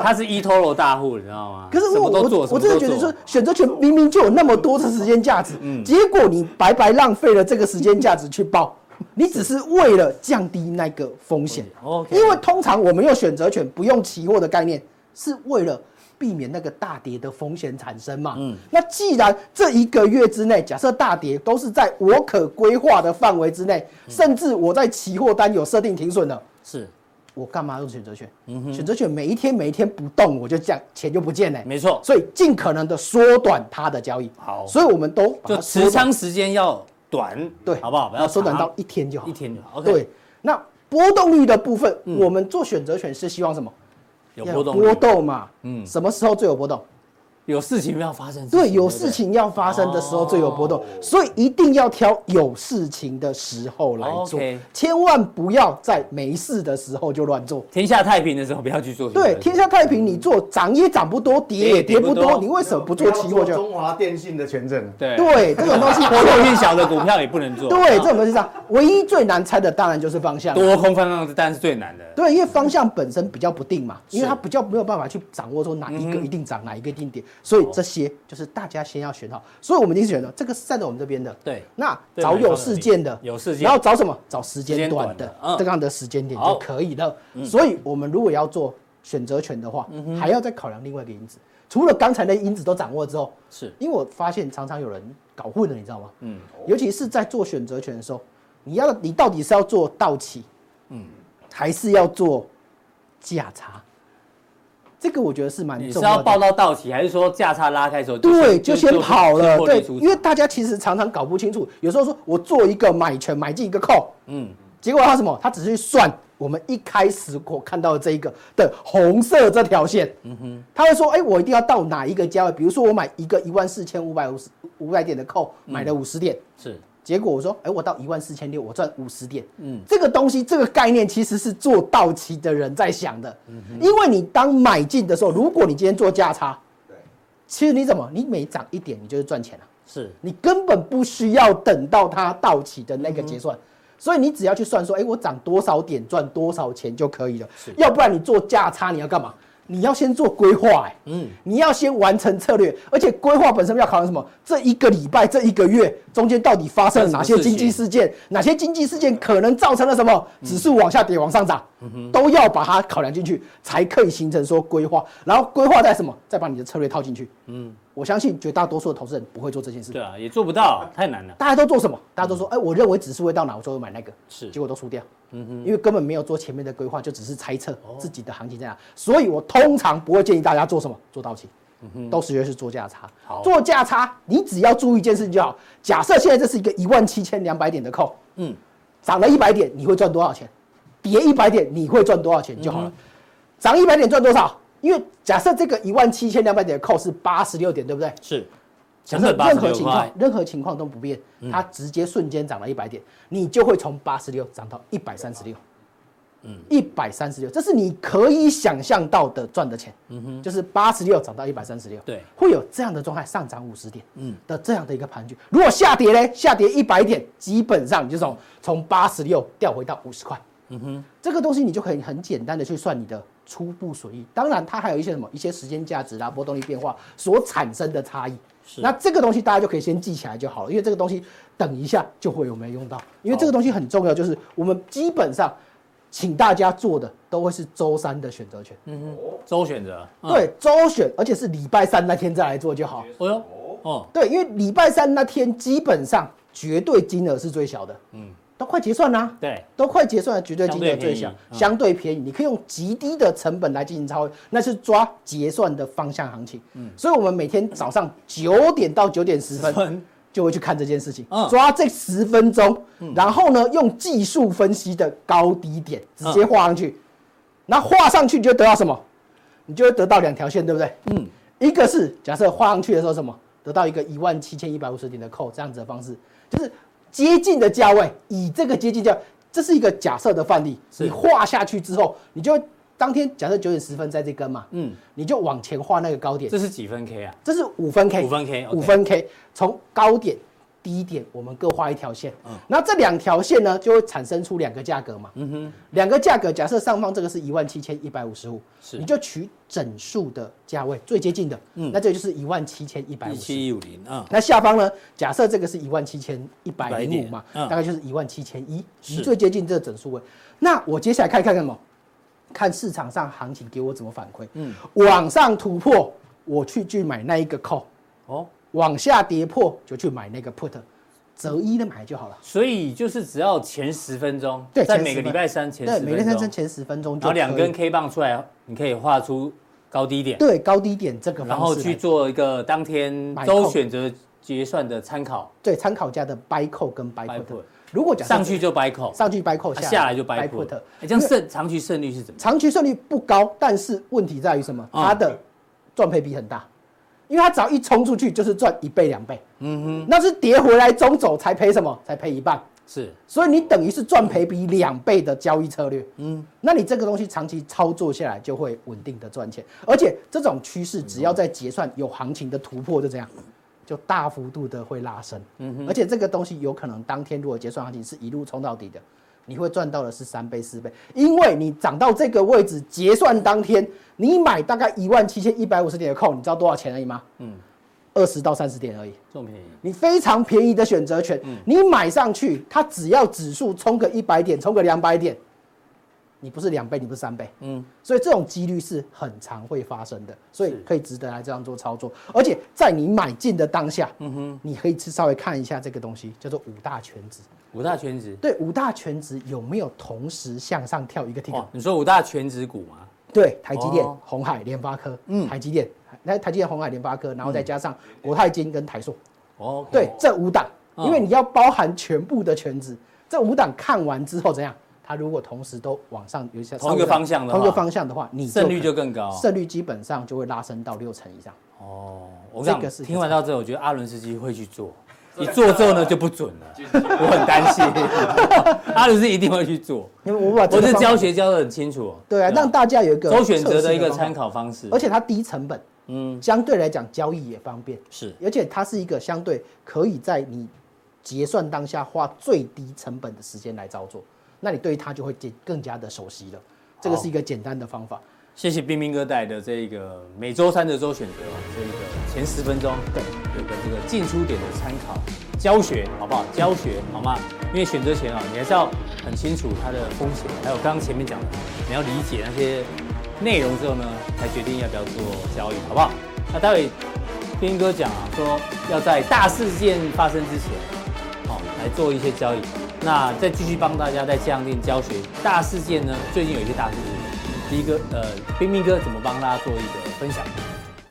Speaker 1: 他是 eToro 大户，你知道吗？
Speaker 3: 可是
Speaker 1: 什
Speaker 3: 我
Speaker 1: 么都
Speaker 3: 我
Speaker 1: 做，
Speaker 3: 我真的觉
Speaker 1: 什
Speaker 3: 得
Speaker 1: 么都
Speaker 3: 说
Speaker 1: 做，嗯
Speaker 3: 选择权明明就有那么多的时间价值，结果你白白浪费了这个时间价值
Speaker 1: [LAUGHS]
Speaker 3: 去报，你只是为了降低那个风险。
Speaker 1: OK
Speaker 3: 因为通常我们用选择权不用期货的概念，是为了。避免那个大跌的风险产生嘛？嗯，那既然这一个月之内，假设大跌都是在我
Speaker 1: 嗯
Speaker 3: 可规划的范围之内，甚至我在期货单有设定停损了，
Speaker 1: 是
Speaker 3: 我干嘛用选择权？
Speaker 1: 嗯
Speaker 3: 选择权每一天每一天不动，我就这样钱就不见了。
Speaker 1: 没错
Speaker 3: 所以尽可能的缩短它的交易。
Speaker 1: 好
Speaker 3: 所以我们都把它
Speaker 1: 就
Speaker 3: 缩
Speaker 1: 持
Speaker 3: 短
Speaker 1: 仓时间要短，
Speaker 3: 对，
Speaker 1: 好不好？不要
Speaker 3: 缩短
Speaker 1: 长
Speaker 3: 到一天就好。
Speaker 1: 一天就好。OK，嗯
Speaker 3: 对，，那波动率的部分，我们做选择权是希望什么？
Speaker 1: 有
Speaker 3: 要
Speaker 1: 波动，
Speaker 3: 波，动嘛。
Speaker 1: 嗯
Speaker 3: 嗯，什么时候最有波动？
Speaker 1: 有事情要发生。
Speaker 3: 对，有事情要发生的时候最有波
Speaker 1: 哦
Speaker 3: 动，所以一定要挑有事情的时候来
Speaker 1: 哦
Speaker 3: 做
Speaker 1: OK，
Speaker 3: 千万不要在没事的时候就乱做。
Speaker 1: 天下太平的时候不要去做选择
Speaker 3: 对
Speaker 1: 权。，
Speaker 3: 天下太平，你做涨也涨不多，跌也跌
Speaker 1: 跌也跌不
Speaker 3: 不多
Speaker 1: 多，
Speaker 3: 你为什么不做期货就？
Speaker 2: 中华电信的权证？
Speaker 1: 对，
Speaker 3: 对，这种东西
Speaker 1: 波动变小的股票也不能做。
Speaker 3: [LAUGHS] 对，这种东西上，唯一最难猜的当然就是方向。啊
Speaker 1: 多空方向当然是最难的。
Speaker 3: 对，因为方向本身比较不定嘛，因为它比较没有办法去掌握说哪一个一定涨，哪一个一定跌，所以这些就是大家先要选好。所以我们一定选了这个是站在我们这边的，
Speaker 1: 对
Speaker 3: 那
Speaker 1: 对
Speaker 3: 找
Speaker 1: 买方
Speaker 3: 有
Speaker 1: 的
Speaker 3: 事
Speaker 1: 利益
Speaker 3: 件的，
Speaker 1: 有事件
Speaker 3: 然后找什么？找时
Speaker 1: 时间
Speaker 3: 间
Speaker 1: 短
Speaker 3: 短
Speaker 1: 的
Speaker 3: 的
Speaker 1: 嗯
Speaker 3: 这样的时间点
Speaker 1: 好嗯
Speaker 3: 就可以了。所以我们如果要做选择权的话，还要再考量另外一个因子，除了刚才的因子都掌握之后，
Speaker 1: 是
Speaker 3: 因为我发现常常有人搞混了，你知道吗？嗯，尤其是在做选择权的时候，你要你到底是要做到期，嗯，还是要做价差？这个我觉得是蛮
Speaker 1: 你是
Speaker 3: 重要
Speaker 1: 要
Speaker 3: 的。
Speaker 1: 报到到期，还是说价差拉开的时候就
Speaker 3: 对，
Speaker 1: 先
Speaker 3: 就先跑了。
Speaker 1: 获利
Speaker 3: 对
Speaker 1: 出，场
Speaker 3: 因为大家其实常常搞不清楚，有时候说我做一个买权买进一个 call，
Speaker 1: 嗯，
Speaker 3: 结果他什么？他只是去算我们一开始我看到的这一个的红色这条线。嗯哼，他会说，哎、我一定要到哪一个价位？比如说我买一个一万四千五百五十五百点的 call，买
Speaker 1: 嗯
Speaker 3: 了五十点。
Speaker 1: 是
Speaker 3: 结果我说，哎、我到一万四千六，我赚五十点。嗯，这个东西，这个概念其实是做到期的人在想的，因为你当买进的时候，如果你今天做价差，
Speaker 5: 对
Speaker 3: 其实你怎么，你每涨一点，你就是赚钱了、啊
Speaker 1: 是
Speaker 3: 你根本不需要等到它到期的那个结算，所以你只要去算说，哎、我涨多少点赚多少钱就可以了。要不然你做价差你要干嘛？你要先做规划、哎，嗯，你要先完成策略，而且规划本身要考量什么？这一个礼拜、这一个月中间到底发生了哪些经济事嗯件？哪些经济事件可能造成了什么指数往下跌、往上涨，都要把它考量进去，才可以形成说规划。然后规划在什么？再把你的策略套进去。嗯，我相信绝大多数的投资人不会做这件事。
Speaker 1: 对啊，也做不到，太难了。
Speaker 3: 大家都做什么？大家都说，哎、我认为指数会到哪，我就会买那个，
Speaker 1: 是
Speaker 3: 结果都输掉，嗯哼，因为根本没有做前面的规划，就只是猜测自己的行情在哪，所以我通常不会建议大家做什么，做到期，嗯哼，都是就是做价差，
Speaker 1: 好
Speaker 3: 做价差，你只要注意一件事情就好，假设现在这是一个一万七千两百点的扣，
Speaker 1: 嗯，
Speaker 3: 涨了一百点，你会赚多少钱？跌一百点，你会赚多少钱就好了。涨一百点赚多少？因为假设这个一万七千两百点的扣是八十六点，对不对？
Speaker 1: 是，
Speaker 3: 假
Speaker 1: 成
Speaker 3: 设
Speaker 1: 本八
Speaker 3: 任
Speaker 1: 十
Speaker 3: 何
Speaker 1: 六
Speaker 3: 情况
Speaker 1: 块，，嗯
Speaker 3: 任何情况都不变，它直接瞬间涨了一百点，你就会从八十六涨到一百三十六，嗯，一百三十六，这是你可以想象到的赚的钱，嗯哼，就是八十六涨到一百三十六，
Speaker 1: 对
Speaker 3: 会有这样的状态，上涨五十点，嗯的这样的一个盘局。如果下跌呢，下跌一百点，基本上你就从从八十六掉回到五十块，这个东西你就可以很简单的去算你的初步损益。当然，它还有一些什么一些时间价值啦、波动率变化所产生的差异。那这个东西大家就可以先记起来就好了，因为这个东西等一下就会有没有用到，因为这个东西很重要，就是我们基本上请大家做的都会是周三的选择权，
Speaker 1: 周选择。嗯，
Speaker 3: 对，周选，而且是礼拜三那天再来做就好。
Speaker 1: 哦呦，哦，
Speaker 3: 对，因为礼拜三那天基本上绝对金额是最小的，嗯，都快结算啦、
Speaker 1: 对，
Speaker 3: 都快结算了，绝对金额最小
Speaker 1: 相对便宜，嗯
Speaker 3: 相对便宜，你可以用极低的成本来进行超越，那是抓结算的方向行情。所以我们每天早上九点到九点嗯十分
Speaker 1: 分
Speaker 3: 就会去看这件事情
Speaker 1: 嗯，
Speaker 3: 抓这十分钟，然后呢用技术分析的高低点直接画上去，那画上去你就得到什么？你就会得到两条线，对不对？嗯，一个是假设画上去的时候什么，得到一个一万七千一百五十点的扣这样子的方式，就是接近的价位，以这个接近价，这是一个假设的范例。
Speaker 1: 是
Speaker 3: 你画下去之后，你就当天假设九点十分在这根嘛，
Speaker 1: 嗯
Speaker 3: 嗯，你就往前画那个高点
Speaker 1: 这，是几分 K 啊？
Speaker 3: 这是五分 K，
Speaker 1: 五分 K，OK
Speaker 3: 五分 K，从高点、低点，我们各画一条
Speaker 1: 嗯
Speaker 3: 线。那这两条线呢，就会产生出两个价格嘛。嗯哼，两个价格，假设上方这个是一万七千一百五十五，
Speaker 1: 是嗯
Speaker 3: 你就取整数的价位最接近的，那这就是一万七千一百五
Speaker 1: 一
Speaker 3: 十。
Speaker 1: 七一五零啊，
Speaker 3: 那下方呢？假设这个是一万七千一百零五嘛，
Speaker 1: 嗯
Speaker 3: 大概就是一万七千一，
Speaker 1: 是
Speaker 3: 你最接近这整数位。那我接下来看看什么？看市场上行情给我怎么反馈。嗯，往上突破，我去去买那一个 call；
Speaker 1: 哦，
Speaker 3: 往下跌破，就去买那个 put。择一的买就好了。
Speaker 1: 所以就是只要前十分钟，
Speaker 3: 对
Speaker 1: 在
Speaker 3: 前
Speaker 1: 每个
Speaker 3: 10分
Speaker 1: 礼拜三前
Speaker 3: 对，
Speaker 1: 十
Speaker 3: 每天
Speaker 1: 分
Speaker 3: 三
Speaker 1: 钟
Speaker 3: 针，前十分钟就
Speaker 1: 然后两
Speaker 3: 可以
Speaker 1: 根 K 棒出来，你可以画出高低点，
Speaker 3: 对高低点这个方式来，
Speaker 1: 然后去做一个当天
Speaker 3: 买
Speaker 1: 周
Speaker 3: 扣
Speaker 1: 选择结算的参考，
Speaker 3: 对参考价的 buy call 跟 buy
Speaker 1: Buy
Speaker 3: put
Speaker 1: put。
Speaker 3: 如果假设
Speaker 1: 上去就 buy call，
Speaker 3: 上去 buy call，
Speaker 1: 啊
Speaker 3: 下
Speaker 1: 下来就
Speaker 3: buy
Speaker 1: buy
Speaker 3: put
Speaker 1: put，。哎，这样胜长期胜率是怎么样？
Speaker 3: 长期胜率不高，但是问题在于什么？
Speaker 1: 嗯
Speaker 3: 它的赚赔比很大，因为它只要一冲出去就是赚一倍两倍，嗯哼，那是跌回来中走才赔什么？才赔一半，
Speaker 1: 是
Speaker 3: 所以你等于是赚赔比两倍的交易策略，嗯，那你这个东西长期操作下来就会稳定的赚钱，而且这种趋势只要在结算有行情的突破就这样。就大幅度的会拉升，嗯哼，而且这个东西有可能当天如果结算行情是一路冲到底的，你会赚到的是三倍四倍，因为你涨到这个位置，结算当天你买大概一万七千一百五十点的扣，你知道多少钱而已吗？嗯，二十到三十点而已。
Speaker 1: 这么便宜，
Speaker 3: 你非常便宜的选择权，你买上去，它只要指数冲个一百点，冲个两百点，你不是两倍，你不是三倍，嗯，所以这种几率是很常会发生的，所以可以值得来这样做操作，而且在你买进的当下，嗯哼，你可以去稍微看一下这个东西，叫做五大全值，
Speaker 1: 五大全值，
Speaker 3: 对，五大全值有没有同时向上跳一个停
Speaker 1: 哇，？哦你说五大全值股吗？
Speaker 3: 对，台积电
Speaker 1: 哦、
Speaker 3: 红海、联发科，嗯，台积电，那台积电、红海、联发科，然后再加上国泰金跟台塑，
Speaker 1: 哦，
Speaker 3: 对，这五档，
Speaker 1: 嗯
Speaker 3: 因为你要包含全部的全值，这五档看完之后怎样？它如果同时都往上有一些
Speaker 1: 同一个方向的话
Speaker 3: 同一个方向的话，你
Speaker 1: 胜率
Speaker 3: 可
Speaker 1: 就更高。
Speaker 3: 胜率基本上就会拉升到六成以上。
Speaker 1: 哦，我
Speaker 3: 这
Speaker 1: 想
Speaker 3: 个是
Speaker 1: 听完到这，我觉得阿伦斯基会去做，一做之后呢就不准了，我很担
Speaker 3: [LAUGHS]
Speaker 1: 心。阿伦斯基一定会去做，
Speaker 3: 因为我把这
Speaker 1: 我
Speaker 3: 个
Speaker 1: 这
Speaker 3: 方
Speaker 1: 教学教的很清楚哦。
Speaker 3: 对啊，让大家有一个
Speaker 1: 周选择的一个
Speaker 3: 测试
Speaker 1: 参
Speaker 3: 方法，
Speaker 1: 考方式，
Speaker 3: 而且它低成本，
Speaker 1: 嗯
Speaker 3: 相对来讲交易也方便，
Speaker 1: 是
Speaker 3: 而且它是一个相对可以在你结算当下花最低成本的时间来操作，那你对于它就会更更加的熟悉了。这个
Speaker 1: 好
Speaker 3: 是一个简单的方法。
Speaker 1: 谢谢冰冰哥带的这个每周三的周选择哦，这个前十分钟，对，有个这个进出点的参考教学，好不好？教学好吗？因为选择前啊、你还是要很清楚它的风险，还有刚刚前面讲的，你要理解那些内容之后呢，才决定要不要做交易，好不好？那待会冰冰哥讲啊，说要在大事件发生之前，好、来做一些交易。那再继续帮大家再降定教学大事件呢，最近有一些大事件，第一个呃，冰冰哥怎么帮大家做一个分享？